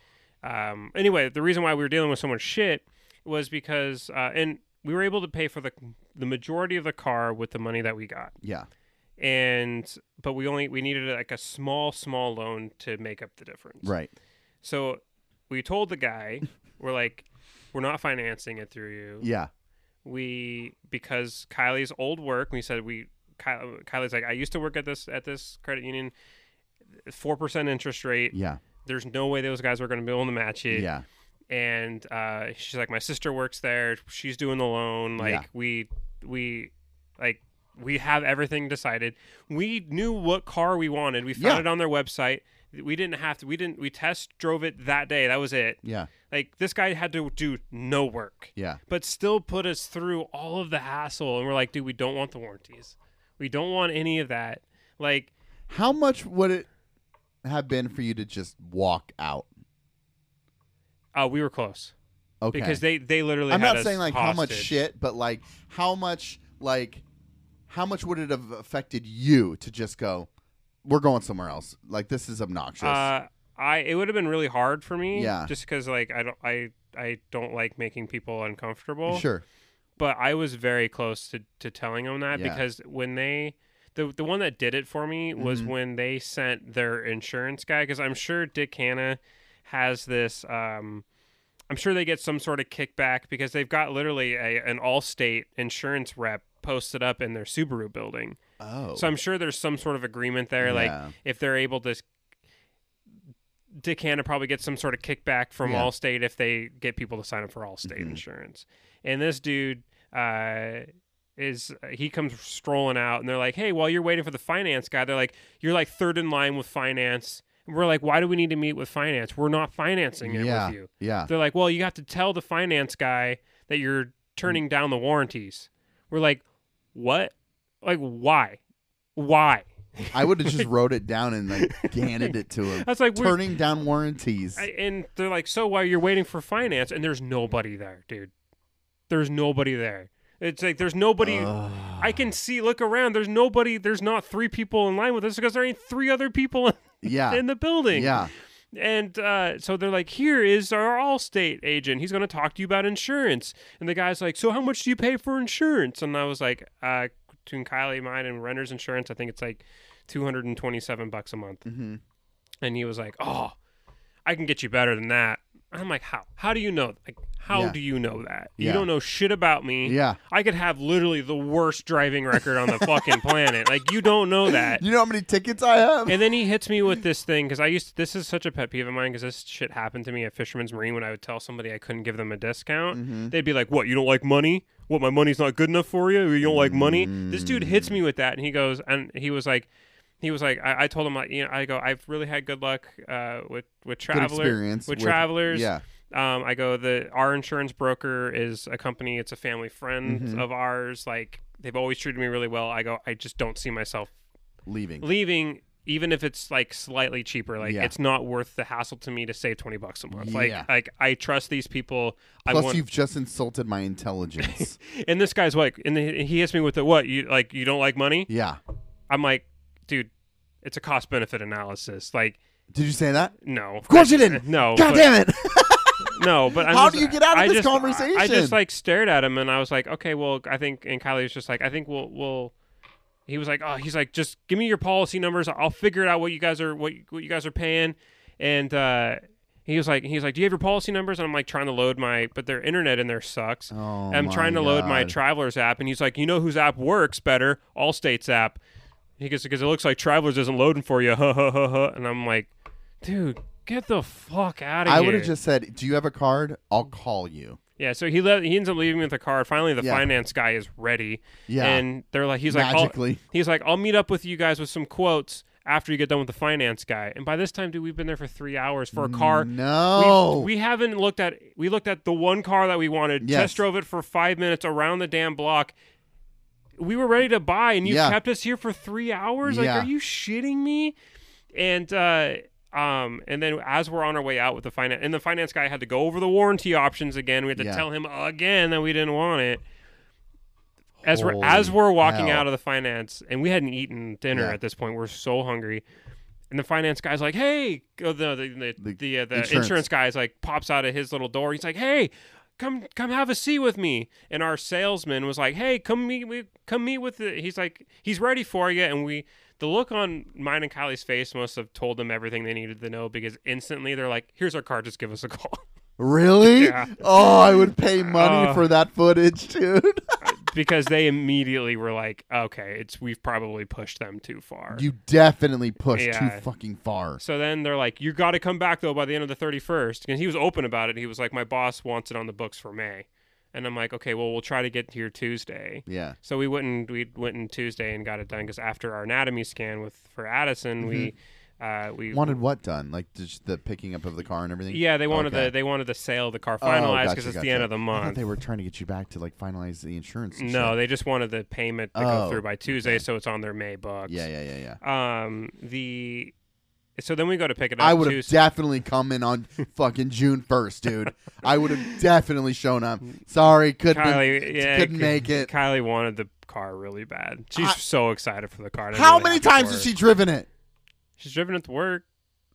[SPEAKER 6] um, anyway, the reason why we were dealing with so much shit was because uh, and we were able to pay for the the majority of the car with the money that we got,
[SPEAKER 5] yeah.
[SPEAKER 6] and but we only we needed like a small small loan to make up the difference.
[SPEAKER 5] Right.
[SPEAKER 6] So we told the guy we're like, we're not financing it through you
[SPEAKER 5] Yeah.
[SPEAKER 6] we because Kylie's old work. We said we Ky- Kylie's like I used to work at this at this credit union, four percent interest rate.
[SPEAKER 5] Yeah.
[SPEAKER 6] There's no way those guys were going to be able to match it.
[SPEAKER 5] Yeah.
[SPEAKER 6] And uh, she's like, my sister works there. She's doing the loan. Like
[SPEAKER 5] Yeah.
[SPEAKER 6] we we like we have everything decided. We knew what car we wanted. We found
[SPEAKER 5] Yeah.
[SPEAKER 6] it on their website. We didn't have to. We didn't. We test drove it that day. That was it.
[SPEAKER 5] Yeah.
[SPEAKER 6] Like this guy had to do no work
[SPEAKER 5] Yeah.
[SPEAKER 6] but still put us through all of the hassle. And we're like, dude, we don't want the warranties. We don't want any of that. Like,
[SPEAKER 5] How much would it have been for you to just walk out?
[SPEAKER 6] uh, we were close
[SPEAKER 5] Okay.
[SPEAKER 6] because they they literally.
[SPEAKER 5] I'm
[SPEAKER 6] had
[SPEAKER 5] not
[SPEAKER 6] us
[SPEAKER 5] saying like how much
[SPEAKER 6] hostage.
[SPEAKER 5] shit, but like how much like how much would it have affected you to just go? We're going somewhere else. Like this is obnoxious.
[SPEAKER 6] Uh, I it would have been really hard for me.
[SPEAKER 5] Yeah.
[SPEAKER 6] Just because like I don't I I don't like making people uncomfortable.
[SPEAKER 5] sure.
[SPEAKER 6] But I was very close to to telling them that
[SPEAKER 5] Yeah.
[SPEAKER 6] because when they. The, the one that did it for me was when they sent their insurance guy because I'm sure Dick Hanna has this um, I'm sure they get some sort of kickback because they've got literally a, an Allstate insurance rep posted up in their Subaru building.
[SPEAKER 5] Oh.
[SPEAKER 6] So I'm sure there's some sort of agreement there.
[SPEAKER 5] Yeah.
[SPEAKER 6] Like if they're able to, Dick Hanna probably gets some sort of kickback from
[SPEAKER 5] Yeah. Mm-hmm.
[SPEAKER 6] Allstate if they get people to sign up for Allstate insurance. And this dude uh, is he comes strolling out, and they're like, "Hey, while you're waiting for the finance guy, they're like, you're like third in line with finance." And we're like, "Why do we need to meet with finance? We're not financing it
[SPEAKER 5] yeah.
[SPEAKER 6] with you."
[SPEAKER 5] Yeah.
[SPEAKER 6] They're like, well, you have to tell the finance guy that you're turning down the warranties. We're like, what? Like, why? Why?
[SPEAKER 5] I would have
[SPEAKER 6] [LAUGHS]
[SPEAKER 5] just wrote it down and like handed it to him.
[SPEAKER 6] That's like we're-
[SPEAKER 5] turning down warranties.
[SPEAKER 6] I- And they're like, so while you're waiting for finance, and there's nobody there, dude. There's nobody there. It's like there's nobody. I can see, look around. There's nobody. There's not three people in line with us because there ain't three other people in,
[SPEAKER 5] yeah.
[SPEAKER 6] in the building.
[SPEAKER 5] yeah.
[SPEAKER 6] And uh, so they're like, here is our Allstate agent. He's going to talk to you about insurance. And the guy's like, so how much do you pay for insurance? And I was like, uh, between Kylie, mine, and renter's insurance, I think it's like 227 bucks a month. Mm-hmm. And he was like, oh, I can get you better than that. I'm like, how? How do you know? Like, How
[SPEAKER 5] Yeah.
[SPEAKER 6] do you know that? You
[SPEAKER 5] Yeah.
[SPEAKER 6] don't know shit about me.
[SPEAKER 5] Yeah.
[SPEAKER 6] I could have literally the worst driving record on the fucking planet. Like you don't know
[SPEAKER 5] [LAUGHS]
[SPEAKER 6] that.
[SPEAKER 5] You know how many tickets I have?
[SPEAKER 6] And then he hits me with this thing because I used this is such a pet peeve of mine because this shit happened to me at Fisherman's Marine when I would tell somebody I couldn't give them a discount.
[SPEAKER 5] Mm-hmm.
[SPEAKER 6] They'd be like, "What? You don't like money? What? My money's not good enough for you? You don't like money?" This dude hits me with that, and he goes, and he was like, he was like, I, I told him like, you know, I go, I've really had good luck uh, with with travelers,
[SPEAKER 5] experience
[SPEAKER 6] with,
[SPEAKER 5] with-
[SPEAKER 6] travelers,
[SPEAKER 5] yeah.
[SPEAKER 6] um, I go, the our insurance broker is a company. It's a family friend
[SPEAKER 5] Mm-hmm.
[SPEAKER 6] of ours. Like they've always treated me really well. I go, I just don't see myself
[SPEAKER 5] Leaving.
[SPEAKER 6] leaving even if it's like slightly cheaper like
[SPEAKER 5] Yeah.
[SPEAKER 6] it's not worth the hassle to me to save 20 bucks a month like
[SPEAKER 5] Yeah.
[SPEAKER 6] like i trust these people i
[SPEAKER 5] Plus,
[SPEAKER 6] want
[SPEAKER 5] you've just insulted my
[SPEAKER 6] [LAUGHS]
[SPEAKER 5] intelligence.
[SPEAKER 6] and this guy's like and he he hits me with the what you like you don't like money
[SPEAKER 5] yeah.
[SPEAKER 6] i'm like dude it's a cost benefit analysis like
[SPEAKER 5] Did you say that?
[SPEAKER 6] no
[SPEAKER 5] Of course you didn't.
[SPEAKER 6] no
[SPEAKER 5] God
[SPEAKER 6] but-
[SPEAKER 5] damn it.
[SPEAKER 6] no, but I'm
[SPEAKER 5] How
[SPEAKER 6] just-
[SPEAKER 5] do you get out of
[SPEAKER 6] I
[SPEAKER 5] this
[SPEAKER 6] just-
[SPEAKER 5] conversation?
[SPEAKER 6] I just like stared at him and I was like, okay, well, I think. And Kylie was just like, I think we'll we'll. He was like, oh, he's like, just give me your policy numbers. I'll figure it out what you guys are what you- what you guys are paying. And uh, he was like, he's like, do you have your policy numbers? And I'm like trying to load my, but their internet in there sucks.
[SPEAKER 5] Oh,
[SPEAKER 6] I'm
[SPEAKER 5] my
[SPEAKER 6] trying to load my
[SPEAKER 5] God.
[SPEAKER 6] Travelers app, and he's like, you know whose app works better? Allstate's app. He goes because it looks like Travelers isn't loading for you. Ha ha ha ha. And I'm like, dude, get the fuck out of
[SPEAKER 5] I
[SPEAKER 6] here.
[SPEAKER 5] would have just said, "Do you have a card? I'll call you."
[SPEAKER 6] Yeah, so he le- he ends up leaving me with a card. Finally, the
[SPEAKER 5] Yeah.
[SPEAKER 6] finance guy is ready.
[SPEAKER 5] Yeah.
[SPEAKER 6] and they're like, he's like, I'll,
[SPEAKER 5] Magically.
[SPEAKER 6] he's like, I'll meet up with you guys with some quotes after you get done with the finance guy. And by this time, dude, we've been there for three hours for a car.
[SPEAKER 5] No.
[SPEAKER 6] we, we haven't looked at. We looked at the one car that we wanted.
[SPEAKER 5] Yes.
[SPEAKER 6] Test drove it for five minutes around the damn block. We were ready to buy, and you
[SPEAKER 5] Yeah.
[SPEAKER 6] kept us here for three hours. Like,
[SPEAKER 5] Yeah.
[SPEAKER 6] are you shitting me? and uh um and then as we're on our way out with the finance and the finance guy had to go over the warranty options again we had to
[SPEAKER 5] Yeah.
[SPEAKER 6] tell him again that we didn't want it as we're
[SPEAKER 5] Holy
[SPEAKER 6] as we're walking
[SPEAKER 5] hell.
[SPEAKER 6] out of the finance and we hadn't eaten dinner
[SPEAKER 5] Yeah.
[SPEAKER 6] at this point we're so hungry and the finance guy's like hey oh, the the the,
[SPEAKER 5] The
[SPEAKER 6] the, uh, the
[SPEAKER 5] insurance.
[SPEAKER 6] insurance. guy's like pops out of his little door he's like hey come come have a seat with me and our salesman was like hey come meet we come meet with the he's like he's ready for you and we the look on mine and Kylie's face must have told them everything they needed to know because instantly they're like here's our card just give us a call [LAUGHS]
[SPEAKER 5] Really?
[SPEAKER 6] Yeah.
[SPEAKER 5] Oh, I would pay money
[SPEAKER 6] Uh.
[SPEAKER 5] for that footage, dude. [LAUGHS]
[SPEAKER 6] because they immediately were like okay it's we've probably pushed them too far
[SPEAKER 5] you definitely pushed
[SPEAKER 6] Yeah.
[SPEAKER 5] too fucking far.
[SPEAKER 6] So then they're like, "You got to come back though by the end of the 31st." And he was open about it. He was like, "My boss wants it on the books for May," and I'm like, "Okay, well, we'll try to get here Tuesday."
[SPEAKER 5] Yeah.
[SPEAKER 6] So we went and we went in Tuesday and got it done because after our anatomy scan with for Addison, we uh, we
[SPEAKER 5] Mm-hmm. Wanted what done? Like just the picking up of the car and everything.
[SPEAKER 6] yeah they wanted
[SPEAKER 5] Okay.
[SPEAKER 6] the they wanted the sale of the car
[SPEAKER 5] Oh,
[SPEAKER 6] finalized
[SPEAKER 5] gotcha,
[SPEAKER 6] because it's
[SPEAKER 5] gotcha.
[SPEAKER 6] the end of the
[SPEAKER 5] I thought
[SPEAKER 6] month.
[SPEAKER 5] they were trying to get you back to like finalize the insurance. and
[SPEAKER 6] No,
[SPEAKER 5] shit.
[SPEAKER 6] they just wanted the payment to
[SPEAKER 5] Oh,
[SPEAKER 6] go through by Tuesday, so it's on their May books.
[SPEAKER 5] Yeah, yeah, yeah, yeah.
[SPEAKER 6] Um, the so then we go to pick it up.
[SPEAKER 5] I would have
[SPEAKER 6] Tuesday.
[SPEAKER 5] definitely come in
[SPEAKER 6] [LAUGHS]
[SPEAKER 5] on fucking June first, dude. I would have definitely shown up. Sorry, couldn't
[SPEAKER 6] Kylie, yeah,
[SPEAKER 5] couldn't
[SPEAKER 6] Ky-
[SPEAKER 5] make it.
[SPEAKER 6] Kylie wanted the car really bad. She's
[SPEAKER 5] I-
[SPEAKER 6] so excited for the car.
[SPEAKER 5] How many times has she driven it?
[SPEAKER 6] She's driven it to work,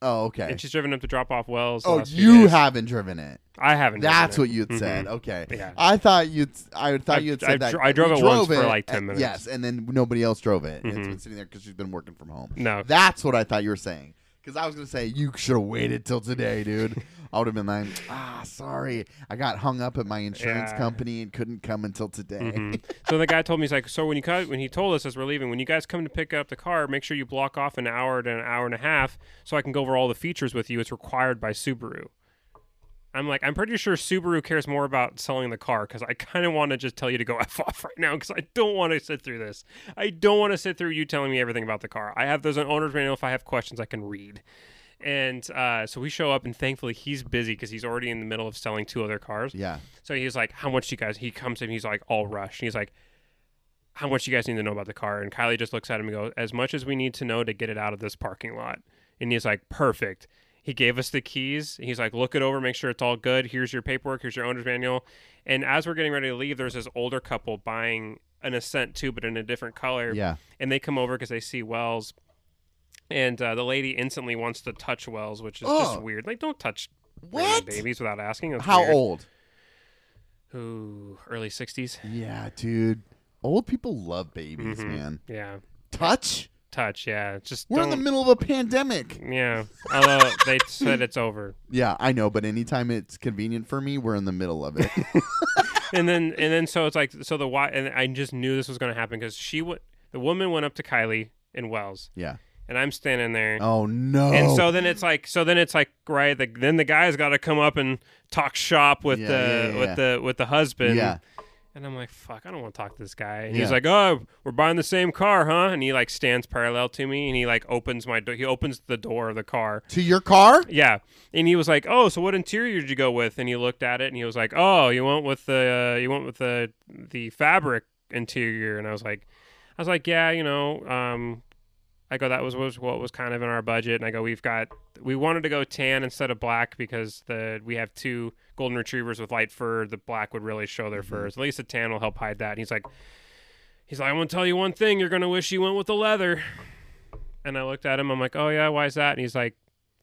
[SPEAKER 5] Oh, okay.
[SPEAKER 6] and she's driven it to drop off wells. the
[SPEAKER 5] Oh,
[SPEAKER 6] last few
[SPEAKER 5] you
[SPEAKER 6] days.
[SPEAKER 5] haven't driven it.
[SPEAKER 6] I haven't. driven
[SPEAKER 5] That's
[SPEAKER 6] it.
[SPEAKER 5] what you'd
[SPEAKER 6] Mhm.
[SPEAKER 5] said. Okay.
[SPEAKER 6] Yeah.
[SPEAKER 5] I thought you'd. I would- thought
[SPEAKER 6] I've-
[SPEAKER 5] you'd
[SPEAKER 6] I've
[SPEAKER 5] said that.
[SPEAKER 6] dr- I drove
[SPEAKER 5] you
[SPEAKER 6] it once for, like, 10
[SPEAKER 5] and-
[SPEAKER 6] minutes.
[SPEAKER 5] Yes, and then nobody else drove it. And It's
[SPEAKER 6] Mhm.
[SPEAKER 5] been sitting there because she's been working from home.
[SPEAKER 6] No.
[SPEAKER 5] That's what I thought you were saying. Because I was gonna say you should have waited till today,
[SPEAKER 6] [LAUGHS]
[SPEAKER 5] dude. I would have been like, ah, sorry, I got hung up at my insurance
[SPEAKER 6] Yeah.
[SPEAKER 5] company and couldn't come until today.
[SPEAKER 6] Mhm. so the guy told me he's like, so when you cut, when he told us as we're leaving, when you guys come to pick up the car, make sure you block off an hour to an hour and a half, so I can go over all the features with you. It's required by Subaru. I'm like, I'm pretty sure Subaru cares more about selling the car because I kind of want to just tell you to go [LAUGHS] f off right now because I don't want to sit through this. I don't want to sit through you telling me everything about the car. I have there's an owner's manual if I have questions I can read. And uh, so we show up, and thankfully he's busy because he's already in the middle of selling two other cars.
[SPEAKER 5] Yeah.
[SPEAKER 6] So he's like, "How much do you guys?" He comes in, he's like all rushed. He's like, "How much do you guys need to know about the car?" And Kylie just looks at him and goes, "As much as we need to know to get it out of this parking lot." And he's like, "Perfect." He gave us the keys. He's like, "Look it over, make sure it's all good. Here's your paperwork. Here's your owner's manual." And as we're getting ready to leave, there's this older couple buying an Ascent too, but in a different color.
[SPEAKER 5] Yeah.
[SPEAKER 6] And they come over because they see Wells. And uh, the lady instantly wants to touch Wells, which is
[SPEAKER 5] Oh.
[SPEAKER 6] just weird. Like, don't touch random
[SPEAKER 5] What?
[SPEAKER 6] babies without asking.
[SPEAKER 5] [LAUGHS]
[SPEAKER 6] That's
[SPEAKER 5] How
[SPEAKER 6] weird.
[SPEAKER 5] old?
[SPEAKER 6] Ooh, early 60s.
[SPEAKER 5] Yeah, dude. Old people love babies,
[SPEAKER 6] Mhm.
[SPEAKER 5] man.
[SPEAKER 6] Yeah.
[SPEAKER 5] Touch?
[SPEAKER 6] touch. Yeah, just
[SPEAKER 5] We're in the
[SPEAKER 6] don't-
[SPEAKER 5] middle of a pandemic.
[SPEAKER 6] Yeah, although they said it's over,
[SPEAKER 5] Yeah, I know, but anytime it's convenient for me, we're in the middle of
[SPEAKER 6] [LAUGHS]
[SPEAKER 5] it.
[SPEAKER 6] and then and then so it's like so the why and I just knew this was going to happen because she went the woman went up to Kylie in Wells,
[SPEAKER 5] yeah.
[SPEAKER 6] and I'm standing there.
[SPEAKER 5] [LAUGHS] Oh no.
[SPEAKER 6] And so then it's like so then it's like right the, then the guy's got to come up and talk shop with
[SPEAKER 5] Yeah,
[SPEAKER 6] the
[SPEAKER 5] yeah, yeah,
[SPEAKER 6] with
[SPEAKER 5] yeah.
[SPEAKER 6] the with the husband.
[SPEAKER 5] Yeah.
[SPEAKER 6] And I'm like, fuck, I don't want to talk to this guy. And
[SPEAKER 5] Yeah.
[SPEAKER 6] he's like, oh, we're buying the same car, huh? And he like stands parallel to me and he like opens my door. He opens the door of the car.
[SPEAKER 5] to your car?
[SPEAKER 6] Yeah. And he was like, "Oh, so what interior did you go with?" And he looked at it and he was like, "Oh, you went with the uh, you went with the the fabric interior." And I was like, I was like, "Yeah, you know, um I go that was, was what was kind of in our budget." And I go, "We've got we wanted to go tan instead of black because the we have two golden retrievers with light fur. The black would really show their furs. At least the tan will help hide that." And he's like He's like, "I want to tell you one thing. You're going to wish you went with the leather." And I looked at him. I'm like, "Oh yeah, why is that?" And he's like,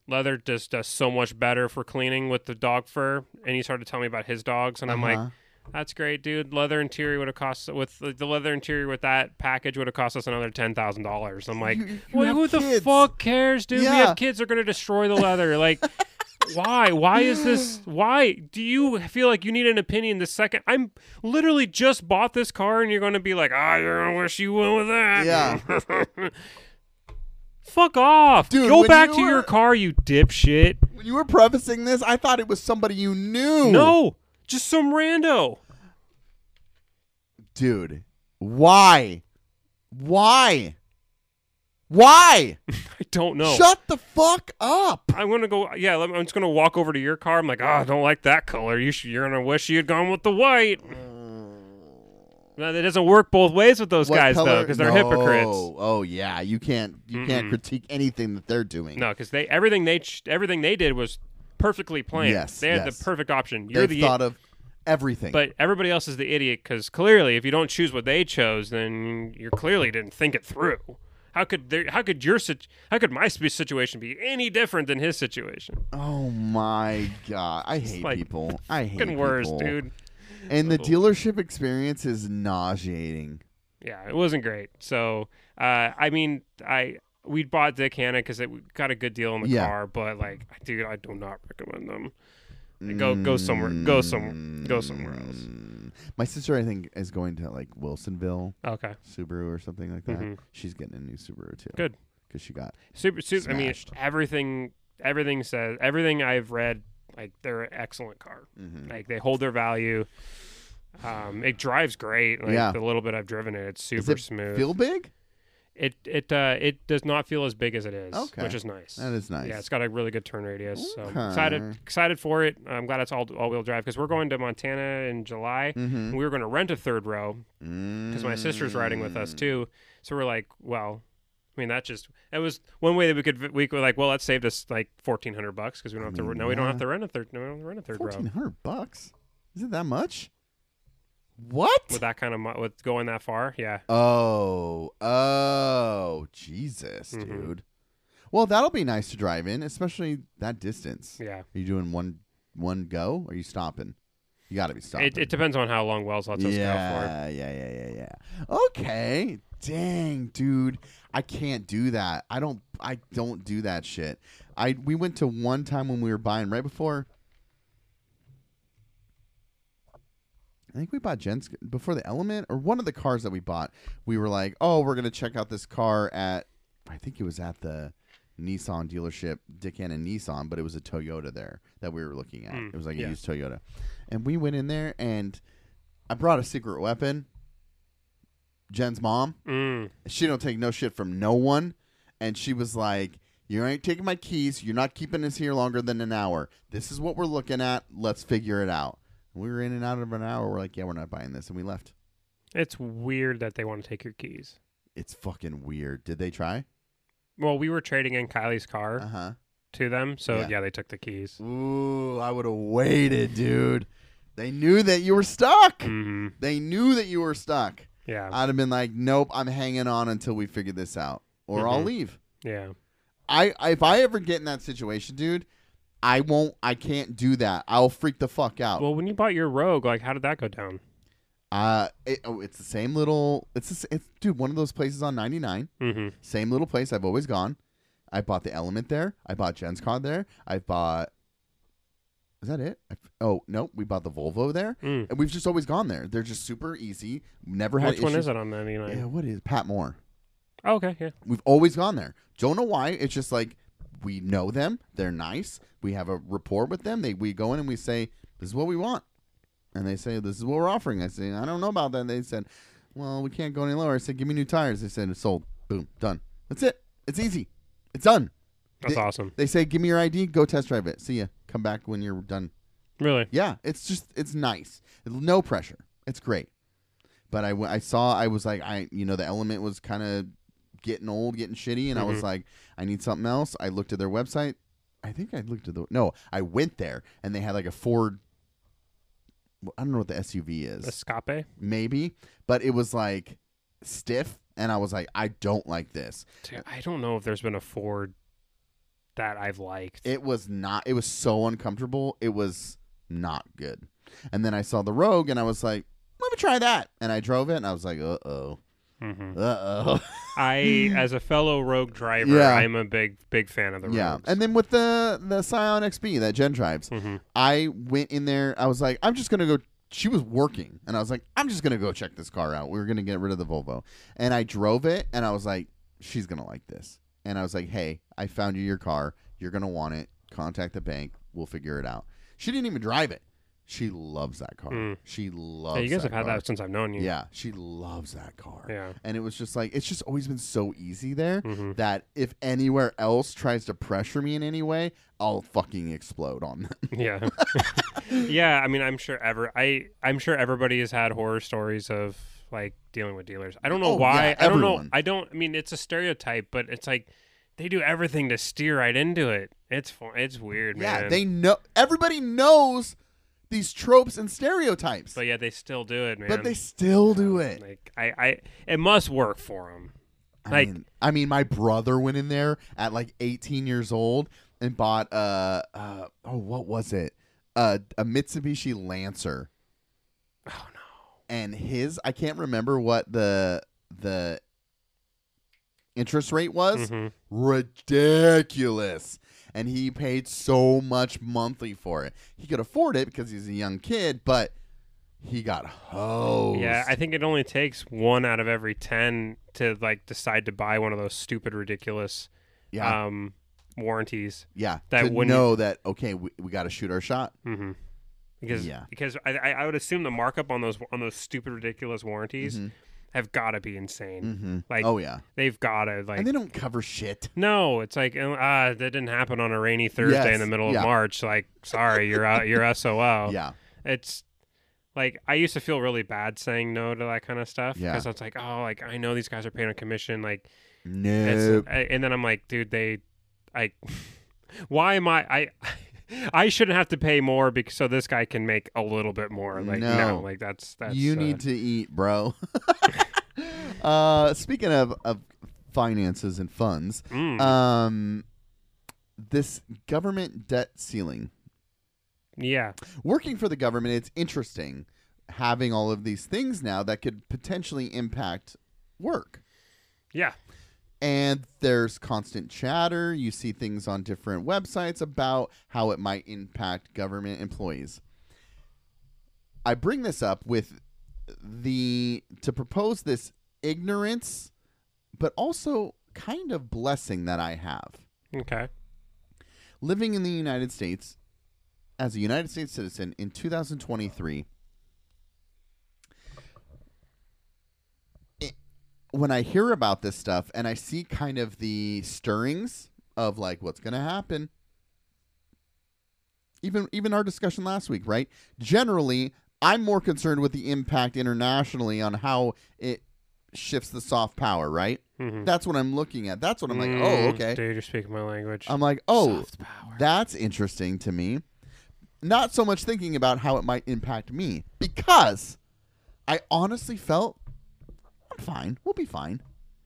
[SPEAKER 6] leather just does so much better for cleaning with the dog fur. And he started telling me about his dogs, and I'm
[SPEAKER 5] Uh-huh.
[SPEAKER 6] like, that's great, dude. Leather interior would have cost with the the leather interior with that package would have cost us another ten thousand dollars.
[SPEAKER 5] [LAUGHS]
[SPEAKER 6] I'm like, well,
[SPEAKER 5] have
[SPEAKER 6] who the
[SPEAKER 5] kids."
[SPEAKER 6] fuck cares, dude? We
[SPEAKER 5] Yeah.
[SPEAKER 6] have kids; they're gonna destroy the leather. Like,
[SPEAKER 5] [LAUGHS]
[SPEAKER 6] why? Why
[SPEAKER 5] [GASPS]
[SPEAKER 6] is this? Why do you feel like you need an opinion the second I'm literally just bought this car, and you're gonna be like, ah, you're gonna wish you went with that. Yeah. [LAUGHS] Fuck off,
[SPEAKER 5] Dude,
[SPEAKER 6] Go
[SPEAKER 5] when
[SPEAKER 6] back
[SPEAKER 5] you
[SPEAKER 6] to your
[SPEAKER 5] were-
[SPEAKER 6] car, you dipshit.
[SPEAKER 5] When you were prefacing this, I thought it was somebody you knew.
[SPEAKER 6] No, just some rando. [LAUGHS]
[SPEAKER 5] Dude, why? Why? Why?
[SPEAKER 6] I don't know.
[SPEAKER 5] Shut the fuck up.
[SPEAKER 6] I'm gonna go. Yeah, let me- I'm just gonna walk over to your car. I'm like, ah, I don't like that color. You should, you're gonna wish you had gone with the white. No, that doesn't work both ways with those
[SPEAKER 5] Uh, What
[SPEAKER 6] guys though,
[SPEAKER 5] color-
[SPEAKER 6] because they're
[SPEAKER 5] No.
[SPEAKER 6] hypocrites.
[SPEAKER 5] Oh yeah, you can't you can't critique anything that they're doing.
[SPEAKER 6] No, because they everything they ch- everything they did was perfectly planned.
[SPEAKER 5] Yes,
[SPEAKER 6] they had
[SPEAKER 5] yes.
[SPEAKER 6] the perfect option. You're
[SPEAKER 5] They've
[SPEAKER 6] the
[SPEAKER 5] thought of everything.
[SPEAKER 6] but everybody else is the idiot because clearly, if you don't choose what they chose, then you clearly didn't think it through. How could there, how could your sit- how could my sp- situation be any different than his situation?
[SPEAKER 5] oh my god, I hate
[SPEAKER 6] like
[SPEAKER 5] people. I hate
[SPEAKER 6] Fucking worse,
[SPEAKER 5] people.
[SPEAKER 6] dude.
[SPEAKER 5] And the dealership experience is nauseating.
[SPEAKER 6] yeah, it wasn't great. So, uh, I mean, I we bought Dick Hanna because it we got a good deal on the
[SPEAKER 5] Yeah.
[SPEAKER 6] car, but like, dude, I do not recommend them. Go go somewhere, go some, go somewhere else.
[SPEAKER 5] Mm. My sister, I think, is going to like Wilsonville
[SPEAKER 6] Okay,
[SPEAKER 5] Subaru or something like that. She's getting a new Subaru too.
[SPEAKER 6] Mm-hmm. Good.
[SPEAKER 5] because she got
[SPEAKER 6] super, super. I mean,
[SPEAKER 5] Smashed.
[SPEAKER 6] everything, everything says everything I've read. Like they're an excellent car.
[SPEAKER 5] Mm-hmm.
[SPEAKER 6] Like they hold their value. Um, it drives great. Like
[SPEAKER 5] Yeah.
[SPEAKER 6] the little bit I've driven it, it's
[SPEAKER 5] is
[SPEAKER 6] super
[SPEAKER 5] it
[SPEAKER 6] smooth.
[SPEAKER 5] feel big?
[SPEAKER 6] it it uh, it does not feel as big as it is,
[SPEAKER 5] Okay.
[SPEAKER 6] which is nice.
[SPEAKER 5] That is nice.
[SPEAKER 6] Yeah, it's got a really good turn radius. So
[SPEAKER 5] Okay.
[SPEAKER 6] excited excited for it. I'm glad it's all all wheel drive because we're going to Montana in July.
[SPEAKER 5] Mm-hmm.
[SPEAKER 6] And we were going to rent a third row because my sister's riding with
[SPEAKER 5] Mm.
[SPEAKER 6] us too. So we're like, well, I mean that just that was one way that we could we could like well let's save this like fourteen hundred bucks because we don't have to no we don't have to rent a third no we don't have to rent a third row
[SPEAKER 5] Fourteen hundred bucks. Is it that much? What?
[SPEAKER 6] with that kind of mo- with going that far yeah
[SPEAKER 5] Oh, oh, Jesus,
[SPEAKER 6] Mm-hmm.
[SPEAKER 5] dude. Well, that'll be nice to drive in, especially that distance.
[SPEAKER 6] yeah.
[SPEAKER 5] Are you doing one one go? Or are you stopping? You got to be stopping.
[SPEAKER 6] It, it depends on how long Wells lets us go for.
[SPEAKER 5] yeah, yeah, yeah, yeah, yeah. Okay, dang, dude, I can't do that. I don't, I don't do that shit. I we went to one time when we were buying right before. I think we bought Jen's before the Element or one of the cars that we bought. We were like, oh, we're gonna check out this car at, I think it was at the. Nissan dealership, Dick Hanna Nissan, but it was a Toyota there that we were looking at. it was like
[SPEAKER 6] Hmm. yeah.
[SPEAKER 5] a used Toyota. And we went in there and I brought a secret weapon. Jen's mom.
[SPEAKER 6] Mm.
[SPEAKER 5] She don't take no shit from no one, and she was like, "You ain't taking my keys. You're not keeping us here longer than an hour. This is what we're looking at. Let's figure it out." And we were in and out of an hour. We're like, "Yeah, we're not buying this," and we left.
[SPEAKER 6] It's weird that they want to take your keys.
[SPEAKER 5] It's fucking weird. Did they try?
[SPEAKER 6] Well, we were trading in Kylie's car
[SPEAKER 5] Uh huh.
[SPEAKER 6] to them, so
[SPEAKER 5] Yeah. Mm.
[SPEAKER 6] yeah. they took the keys.
[SPEAKER 5] Ooh, I would have waited, dude. They knew that you were stuck.
[SPEAKER 6] hmm
[SPEAKER 5] They knew that you were stuck.
[SPEAKER 6] Yeah,
[SPEAKER 5] I'd have been like, "Nope, I'm hanging on until we figure this out, or I'll leave."
[SPEAKER 6] yeah.
[SPEAKER 5] I I- if I ever get in that situation, dude, I won't. I can't do that. I'll freak the fuck out.
[SPEAKER 6] Well, when you bought your Rogue, like, how did that go down?
[SPEAKER 5] Uh, it, oh, it's the same little. It's, the s it's dude, one of those places on 99.
[SPEAKER 6] Mm-hmm.
[SPEAKER 5] Same little place I've always gone. I bought the Element there. I bought Jen's Con there. I bought. Is that it? I f oh no, we bought the Volvo there,
[SPEAKER 6] Mm.
[SPEAKER 5] and we've just always gone there. They're just super easy. Never had
[SPEAKER 6] Which one
[SPEAKER 5] issues.
[SPEAKER 6] is it on ninety nine?
[SPEAKER 5] Yeah, what is Pat Moore?
[SPEAKER 6] Oh, okay, yeah.
[SPEAKER 5] We've always gone there. Don't know why. It's just like we know them. They're nice. We have a rapport with them. They we go in and we say, "This is what we want," and they say, "This is what we're offering." I say, "I don't know about that." And they said, "Well, we can't go any lower." I said, "Give me new tires." They said, "It's sold." Boom, done. That's it. It's easy. It's done.
[SPEAKER 6] That's
[SPEAKER 5] They-
[SPEAKER 6] awesome.
[SPEAKER 5] They say, "Give me your ID. Go test drive it. See ya. Come back when you're done."
[SPEAKER 6] Really?
[SPEAKER 5] Yeah, it's just it's nice. No pressure. It's great. But I, w- I saw I was like I you know the element was kind of getting old, getting shitty, and I was like I need something else. I looked at their website. I think I looked at the no. I went there and they had like a Ford. I don't know what the SUV is
[SPEAKER 6] Escape?
[SPEAKER 5] maybe, but it was like stiff, and I was like I don't like this.
[SPEAKER 6] Dude, I don't know if there's been a Ford that I've liked.
[SPEAKER 5] It was not. It was so uncomfortable. It was not good. And then I saw the Rogue, and I was like, "Let me try that." And I drove it, and I was like, "Uh oh,
[SPEAKER 6] hmm
[SPEAKER 5] uh oh, [GASPS]
[SPEAKER 6] I, as a fellow Rogue driver,
[SPEAKER 5] Yeah.
[SPEAKER 6] I'm a big, big fan of the Rogue.
[SPEAKER 5] yeah." And then with the the Scion XB that Jen drives,
[SPEAKER 6] Mhm.
[SPEAKER 5] I went in there. I was like, "I'm just gonna go." She was working, and I was like, "I'm just gonna go check this car out." We were gonna get rid of the Volvo, and I drove it, and I was like, "She's gonna like this." And I was like, "Hey, I found you your car. You're gonna want it. Contact the bank. We'll figure it out." She didn't even drive it. She loves that car.
[SPEAKER 6] Mm.
[SPEAKER 5] She loves.
[SPEAKER 6] Yeah, you guys
[SPEAKER 5] that
[SPEAKER 6] have had
[SPEAKER 5] car.
[SPEAKER 6] that since I've known you.
[SPEAKER 5] Yeah, she loves that car.
[SPEAKER 6] Yeah.
[SPEAKER 5] And it was just like it's just always been so easy there
[SPEAKER 6] Mhm.
[SPEAKER 5] that if anywhere else tries to pressure me in any way, I'll fucking explode on them. [LAUGHS]
[SPEAKER 6] Yeah. yeah, I mean I'm sure ever I I'm sure everybody has had horror stories of like dealing with dealers. I don't know
[SPEAKER 5] Oh,
[SPEAKER 6] why.
[SPEAKER 5] yeah,
[SPEAKER 6] I don't know.
[SPEAKER 5] everyone.
[SPEAKER 6] I don't I mean it's a stereotype, but it's like they do everything to steer right into it. It's fu- it's weird, man.
[SPEAKER 5] yeah, they know everybody knows these tropes and stereotypes,
[SPEAKER 6] But yeah, they still do it, man.
[SPEAKER 5] but they still do it.
[SPEAKER 6] like I I it must work for them. Like
[SPEAKER 5] I mean, I mean, my brother went in there at like 18 years old and bought uh, uh oh what was it uh, a Mitsubishi Lancer.
[SPEAKER 6] Oh,
[SPEAKER 5] no! And his I can't remember what the the interest rate was.
[SPEAKER 6] mhm.
[SPEAKER 5] Ridiculous. And he paid so much monthly for it. He could afford it because he's a young kid, but he got hosed.
[SPEAKER 6] Yeah, I think it only takes one out of every 10 to like decide to buy one of those stupid ridiculous
[SPEAKER 5] yeah.
[SPEAKER 6] um warranties.
[SPEAKER 5] Yeah,
[SPEAKER 6] that
[SPEAKER 5] to
[SPEAKER 6] wouldn't-
[SPEAKER 5] know that okay, we, we got to shoot our shot.
[SPEAKER 6] Mm-hmm. Because
[SPEAKER 5] Yeah.
[SPEAKER 6] because I, I I would assume the markup on those on those stupid ridiculous warranties have got to be insane. Like
[SPEAKER 5] Mm-hmm. oh yeah,
[SPEAKER 6] they've got to like
[SPEAKER 5] and they don't cover shit.
[SPEAKER 6] no, it's like uh, ah, that didn't happen on a rainy Thursday
[SPEAKER 5] Yes,
[SPEAKER 6] in the middle
[SPEAKER 5] yeah.
[SPEAKER 6] of March. Like sorry, you're out,
[SPEAKER 5] [LAUGHS]
[SPEAKER 6] you're SOL.
[SPEAKER 5] Yeah,
[SPEAKER 6] it's like I used to feel really bad saying no to that kind of stuff
[SPEAKER 5] Yeah.
[SPEAKER 6] because I was like oh like I know these guys are paying a commission like
[SPEAKER 5] no,
[SPEAKER 6] it's, I- and then I'm like, dude, they, I, [LAUGHS] why am I, I, [LAUGHS] I shouldn't have to pay more because so this guy can make a little bit more. Like no,
[SPEAKER 5] No.
[SPEAKER 6] like that's that's
[SPEAKER 5] you
[SPEAKER 6] uh,
[SPEAKER 5] need to eat,
[SPEAKER 6] [LAUGHS]
[SPEAKER 5] bro. [LAUGHS] uh, speaking of of finances and funds,
[SPEAKER 6] mm.
[SPEAKER 5] um, this government debt ceiling.
[SPEAKER 6] yeah,
[SPEAKER 5] Working for the government, it's interesting having all of these things now that could potentially impact work.
[SPEAKER 6] yeah,
[SPEAKER 5] and there's constant chatter. You see things on different websites about how it might impact government employees. I bring this up with the to propose this ignorance, but also kind of blessing that I have
[SPEAKER 6] okay,
[SPEAKER 5] living in the United States as a United States citizen in 2023. it- When I hear about this stuff and I see kind of the stirrings of like what's going to happen, even even our discussion last week, right? Generally, I'm more concerned with the impact internationally on how it shifts the soft power, right?
[SPEAKER 6] Mhm.
[SPEAKER 5] That's what I'm looking at. That's what I'm like,
[SPEAKER 6] Mm,
[SPEAKER 5] oh, okay.
[SPEAKER 6] dude, you're speaking my language.
[SPEAKER 5] I'm like, oh, that's interesting to me. Not so much thinking about how it might impact me because I honestly felt I'm fine. We'll be fine.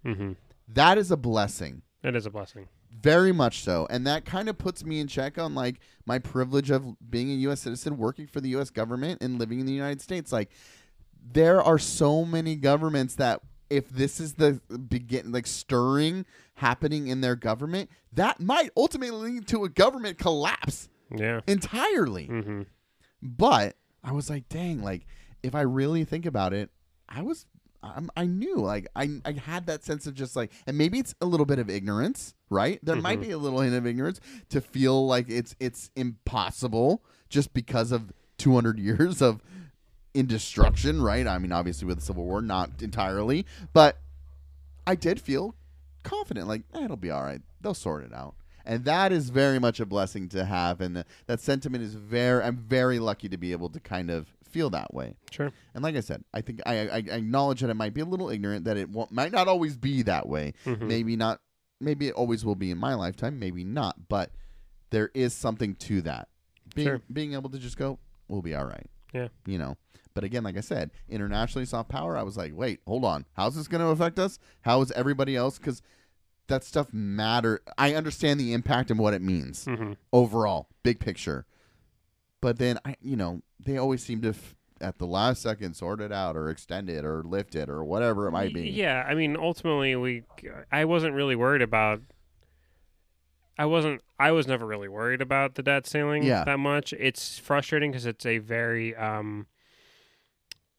[SPEAKER 6] Mhm.
[SPEAKER 5] That is a blessing.
[SPEAKER 6] It is a blessing.
[SPEAKER 5] Very much so. And that kind of puts me in check on like my privilege of being a US citizen, working for the US government and living in the United States. Like there are so many governments that if this is the begin like stirring happening in their government, that might ultimately lead to a government collapse
[SPEAKER 6] Yeah.
[SPEAKER 5] entirely. But I was like, dang, like if I really think about it, I was, I'm, I knew, like I, I had that sense of just like, and maybe it's a little bit of ignorance, right? There might be a little hint of ignorance to feel like it's it's impossible just because of 200 [LAUGHS] years of indestruction, right? I mean, obviously with the Civil War, not entirely, but I did feel confident, like eh, it'll be all right. They'll sort it out, and that is very much a blessing to have. And that sentiment is very. I'm very lucky to be able to kind of feel that way.
[SPEAKER 6] Sure.
[SPEAKER 5] And like I said, I think I, I, I acknowledge that I might be a little ignorant, that it won't, might not always be that way. Maybe not. Maybe it always will be in my lifetime. Maybe not. But there is something to that. Being
[SPEAKER 6] Sure.
[SPEAKER 5] being able to just go, we'll be all right
[SPEAKER 6] Yeah.
[SPEAKER 5] you know. But again, like I said, internationally soft power, I was like, wait, hold on. How's this going to affect us? How is everybody else? Because that stuff matter. I understand the impact and what it means
[SPEAKER 6] Mm-hmm.
[SPEAKER 5] overall, big picture. But then, I, you know, they always seem to, f- at the last second, sort it out or extend it or lift it or whatever it might be.
[SPEAKER 6] Yeah, I mean, ultimately, we. I wasn't really worried about. I wasn't. I was never really worried about the debt ceiling
[SPEAKER 5] Yeah.
[SPEAKER 6] that much. It's frustrating because it's a very um,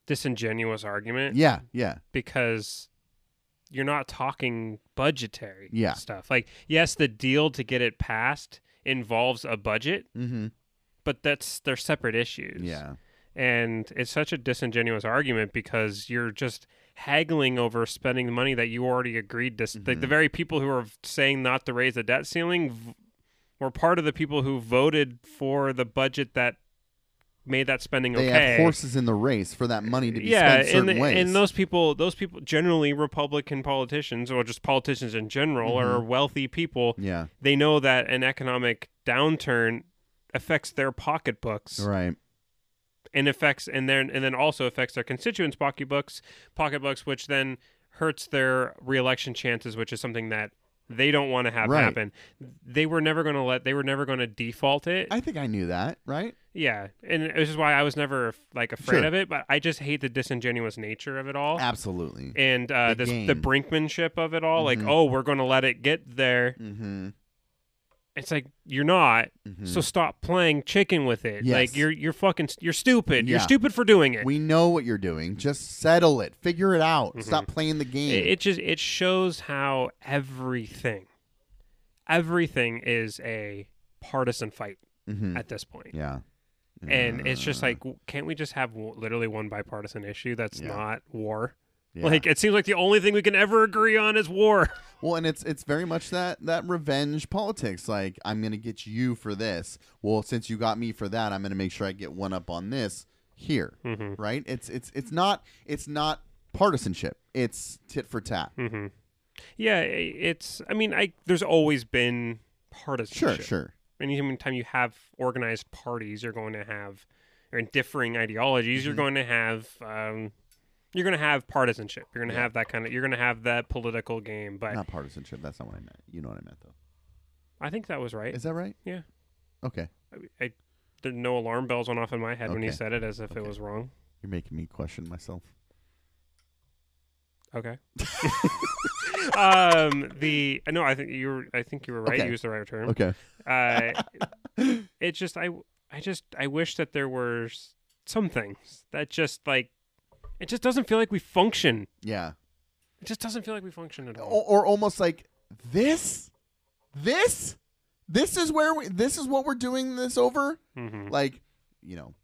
[SPEAKER 6] disingenuous argument
[SPEAKER 5] Yeah, yeah,
[SPEAKER 6] because you're not talking budgetary
[SPEAKER 5] Yeah.
[SPEAKER 6] stuff. Like, yes, the deal to get it passed involves a budget,
[SPEAKER 5] hmm
[SPEAKER 6] but that's they're separate issues.
[SPEAKER 5] yeah,
[SPEAKER 6] And it's such a disingenuous argument because you're just haggling over spending the money that you already agreed to. s Like
[SPEAKER 5] Mm-hmm.
[SPEAKER 6] the very people who are saying not to raise the debt ceiling v- were part of the people who voted for the budget that made that spending
[SPEAKER 5] they
[SPEAKER 6] okay.
[SPEAKER 5] have horses in the race for that money to be
[SPEAKER 6] yeah,
[SPEAKER 5] spent certain
[SPEAKER 6] and,
[SPEAKER 5] ways.
[SPEAKER 6] and those people, those people, generally Republican politicians or just politicians in general, are wealthy people.
[SPEAKER 5] Mm-hmm. yeah,
[SPEAKER 6] They know that an economic downturn affects their pocketbooks
[SPEAKER 5] right,
[SPEAKER 6] and affects and then and then also affects their constituents' pocketbooks, pocketbooks, which then hurts their reelection chances, which is something that they don't want to have
[SPEAKER 5] Right.
[SPEAKER 6] happen. They were never going to let. They were never going to default it.
[SPEAKER 5] I think I knew that, right?
[SPEAKER 6] yeah, and this is why I was never like afraid
[SPEAKER 5] Sure.
[SPEAKER 6] of it. But I just hate the disingenuous nature of it all.
[SPEAKER 5] Absolutely.
[SPEAKER 6] And uh,
[SPEAKER 5] The
[SPEAKER 6] this, the
[SPEAKER 5] game.
[SPEAKER 6] brinkmanship of it all,
[SPEAKER 5] Mhm.
[SPEAKER 6] like, oh, we're going to let it get there.
[SPEAKER 5] Mm-hmm.
[SPEAKER 6] It's like you're not,
[SPEAKER 5] Mhm.
[SPEAKER 6] so stop playing chicken with it.
[SPEAKER 5] Yes.
[SPEAKER 6] Like you're you're fucking you're stupid. You're
[SPEAKER 5] Yeah.
[SPEAKER 6] stupid for doing it.
[SPEAKER 5] We know what you're doing. Just settle it. Figure it out. Stop playing the game.
[SPEAKER 6] Mm-hmm. It, it just it shows how everything, everything is a partisan fight
[SPEAKER 5] Mhm.
[SPEAKER 6] at this point.
[SPEAKER 5] yeah.
[SPEAKER 6] And it's just like, w- can't we just have w- literally one bipartisan issue that's
[SPEAKER 5] Yeah.
[SPEAKER 6] not war?
[SPEAKER 5] Yeah.
[SPEAKER 6] Like, it seems like the only thing we can ever agree on is war. [LAUGHS]
[SPEAKER 5] well, and it's it's very much that that revenge politics. Like I'm gonna get you for this. Well, since you got me for that, I'm gonna make sure I get one up on this here.
[SPEAKER 6] Mm-hmm.
[SPEAKER 5] Right? It's it's it's not it's not partisanship. It's tit for tat.
[SPEAKER 6] Mm-hmm. yeah, i- it's. I mean, I there's always been
[SPEAKER 5] Sure,
[SPEAKER 6] partisanship.
[SPEAKER 5] sure.
[SPEAKER 6] Any time you have organized parties, you're going to have, or differing ideologies,
[SPEAKER 5] Mm-hmm.
[SPEAKER 6] you're going to have. Um, you're going to have partisanship. You're going to have that kind of. You're going to have that political game. But
[SPEAKER 5] Not partisanship. That's not what I meant. You know what I meant though.
[SPEAKER 6] I think that was right.
[SPEAKER 5] Is that right?
[SPEAKER 6] yeah.
[SPEAKER 5] Okay.
[SPEAKER 6] I, I, there, no alarm bells went off in my head when you
[SPEAKER 5] Okay.
[SPEAKER 6] said it, as if it was wrong.
[SPEAKER 5] You're making me question myself. [LAUGHS]
[SPEAKER 6] Okay. [LAUGHS] um. The no, I think you were. I think you were right.
[SPEAKER 5] Okay.
[SPEAKER 6] You used the right term.
[SPEAKER 5] Okay. [LAUGHS]
[SPEAKER 6] uh, it's just I I just I wish that there were s- some things that just like it just doesn't feel like we function.
[SPEAKER 5] Yeah.
[SPEAKER 6] It just doesn't feel like we function at all.
[SPEAKER 5] or, or almost like this this this is where we this is what we're doing this over
[SPEAKER 6] Mhm.
[SPEAKER 5] like you know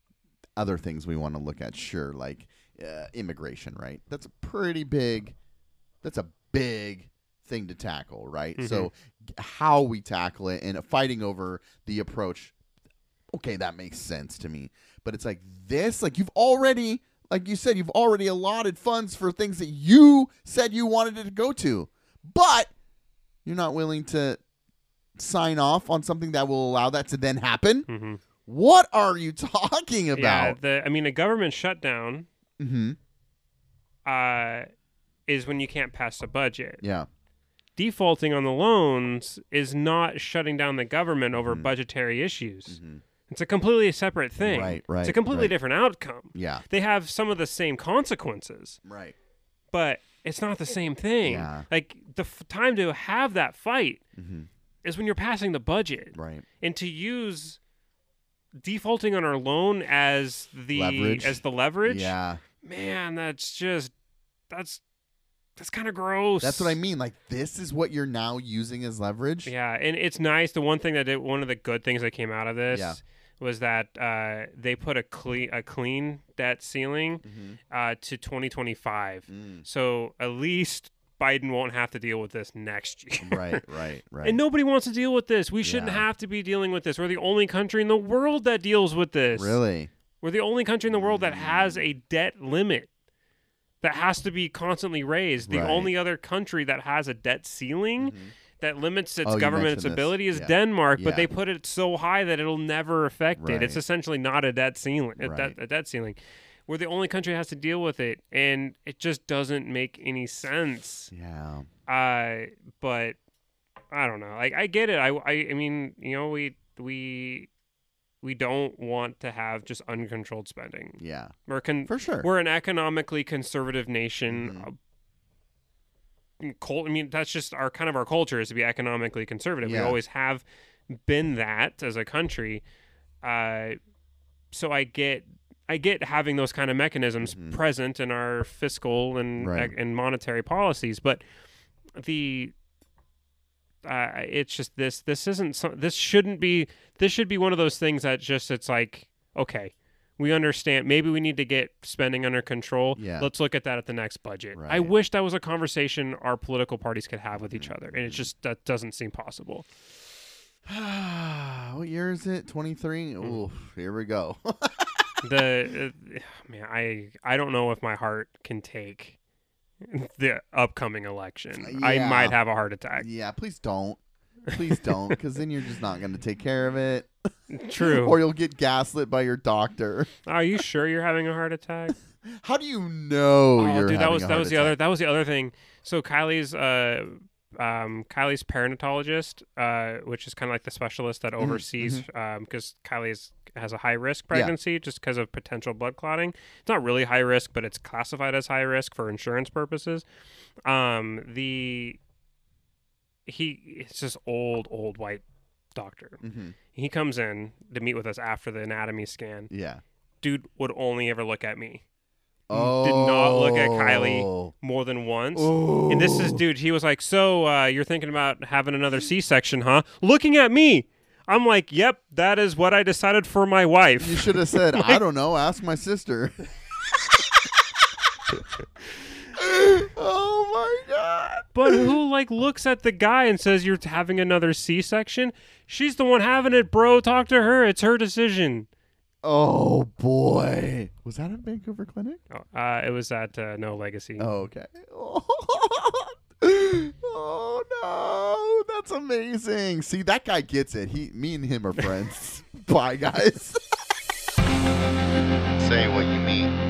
[SPEAKER 5] other things we want to look at sure like uh, immigration right that's a pretty big that's a big thing to tackle right so g- how we tackle it and fighting over the approach okay that makes sense to me but it's like this like you've already like you said you've already allotted funds for things that you said you wanted it to go to but you're not willing to sign off on something that will allow that to then happen
[SPEAKER 6] Mhm.
[SPEAKER 5] what are you [LAUGHS] talking
[SPEAKER 6] Yeah.
[SPEAKER 5] about
[SPEAKER 6] The I mean, a government shutdown
[SPEAKER 5] hmm
[SPEAKER 6] uh, is when you can't pass a budget.
[SPEAKER 5] yeah Mm-hmm.
[SPEAKER 6] Defaulting on the loans is not shutting down the government over budgetary issues. It's a completely separate thing.
[SPEAKER 5] Right,
[SPEAKER 6] It's
[SPEAKER 5] right,
[SPEAKER 6] a completely
[SPEAKER 5] right.
[SPEAKER 6] different outcome.
[SPEAKER 5] Yeah.
[SPEAKER 6] They have some of the same consequences,
[SPEAKER 5] Right.
[SPEAKER 6] but it's not the same thing.
[SPEAKER 5] Yeah. Mm-hmm.
[SPEAKER 6] Like the f- time to have that fight is when you're passing the budget.
[SPEAKER 5] Right.
[SPEAKER 6] And to use defaulting on our loan as the
[SPEAKER 5] Leverage.
[SPEAKER 6] as the leverage.
[SPEAKER 5] Yeah.
[SPEAKER 6] Man, that's just that's that's kind of gross.
[SPEAKER 5] That's what I mean. Like this is what you're now using as leverage.
[SPEAKER 6] Yeah, and it's nice. The one thing that did, one of the good things that came out of this
[SPEAKER 5] Yeah.
[SPEAKER 6] was that uh, they put a clean a clean debt ceiling
[SPEAKER 5] Mm-hmm.
[SPEAKER 6] uh, to 2025.
[SPEAKER 5] Mm.
[SPEAKER 6] So at least Biden won't have to deal with this next
[SPEAKER 5] [LAUGHS]
[SPEAKER 6] [LAUGHS] year.
[SPEAKER 5] Right, right, right.
[SPEAKER 6] And nobody wants to deal with this. We shouldn't
[SPEAKER 5] Yeah.
[SPEAKER 6] have to be dealing with this. We're the only country in the world that deals with this.
[SPEAKER 5] really?
[SPEAKER 6] We're the only country in the world that has a debt limit that has to be constantly raised. The
[SPEAKER 5] Right. Mm-hmm.
[SPEAKER 6] only other country that has a debt ceiling that limits its
[SPEAKER 5] Oh, you
[SPEAKER 6] government's
[SPEAKER 5] mentioned this.
[SPEAKER 6] ability is
[SPEAKER 5] Yeah.
[SPEAKER 6] Denmark, but
[SPEAKER 5] Yeah.
[SPEAKER 6] they put it so high that it'll never affect it. It's
[SPEAKER 5] Right.
[SPEAKER 6] essentially not a debt ceiling. A, debt,
[SPEAKER 5] Right.
[SPEAKER 6] a debt ceiling. We're the only country that has to deal with it, and it just doesn't make any sense.
[SPEAKER 5] Yeah.
[SPEAKER 6] Uh, but I don't know. Like I get it. I, I I mean, you know, we we we don't want to have just uncontrolled spending.
[SPEAKER 5] Yeah.
[SPEAKER 6] We're con-
[SPEAKER 5] For sure.
[SPEAKER 6] We're an economically conservative nation.
[SPEAKER 5] Mm-hmm.
[SPEAKER 6] Uh, cul- I mean, that's just our kind of our culture is to be economically conservative.
[SPEAKER 5] Yeah.
[SPEAKER 6] We always have been that as a country. Uh, so I get. I get having those kind of mechanisms present in our fiscal and
[SPEAKER 5] Mm-hmm. Right.
[SPEAKER 6] and monetary policies, but the uh, it's just this this isn't some, this shouldn't be this should be one of those things that just it's like okay we understand maybe we need to get spending under control
[SPEAKER 5] Yeah.
[SPEAKER 6] let's look at that at the next budget i
[SPEAKER 5] Right.
[SPEAKER 6] wish that was a conversation our political parties could have with each
[SPEAKER 5] Mm-hmm.
[SPEAKER 6] other and it just that doesn't seem possible
[SPEAKER 5] [SIGHS] what year is it? 23? Ooh, here we go. [LAUGHS]
[SPEAKER 6] the [SIGHS] uh, man i i don't know if my heart can take [LAUGHS] the upcoming election i
[SPEAKER 5] Yeah.
[SPEAKER 6] might have a heart attack
[SPEAKER 5] yeah, please don't. Please don't, because then you're just not going to take care of it.
[SPEAKER 6] true
[SPEAKER 5] Or you'll get gaslit by your doctor.
[SPEAKER 6] are you sure you're having a heart attack
[SPEAKER 5] [LAUGHS] How do you know
[SPEAKER 6] Oh,
[SPEAKER 5] you're
[SPEAKER 6] dude, that
[SPEAKER 5] having
[SPEAKER 6] was
[SPEAKER 5] a
[SPEAKER 6] that
[SPEAKER 5] heart
[SPEAKER 6] was the other that was the other thing. So Kylie's uh um Kylie's perinatologist, uh, which is kind of like the specialist
[SPEAKER 5] Mm-hmm,
[SPEAKER 6] that oversees um because Kylie's has a high risk pregnancy just because of potential blood clotting. It's not really high risk, but it's classified as high risk for insurance purposes. Um the he it's this old old white doctor.
[SPEAKER 5] attack? Mhm.
[SPEAKER 6] He comes in to meet with us after the anatomy scan.
[SPEAKER 5] Yeah.
[SPEAKER 6] Dude would only ever look at me
[SPEAKER 5] Oh.
[SPEAKER 6] did not look at Kylie more than once. And this is, dude, he was like, So uh, you're thinking about having another C section, huh? Looking at me. I'm like, Yep, that is what I decided for my
[SPEAKER 5] You
[SPEAKER 6] wife.
[SPEAKER 5] should [LAUGHS] have said, I don't know, ask my sister. [LAUGHS] oh my God.
[SPEAKER 6] [LAUGHS] But who, like, looks at the guy and says, You're having another C section? She's the one having it, bro. Talk to her. It's her decision.
[SPEAKER 5] Oh boy. Was that at Vancouver Clinic?
[SPEAKER 6] Oh, Uh, it was at uh, No Legacy.
[SPEAKER 5] Oh, okay. [LAUGHS] Oh no, that's amazing. See, that guy gets it. He, me, and [LAUGHS] him are friends. Bye, guys.
[SPEAKER 4] Say what you mean.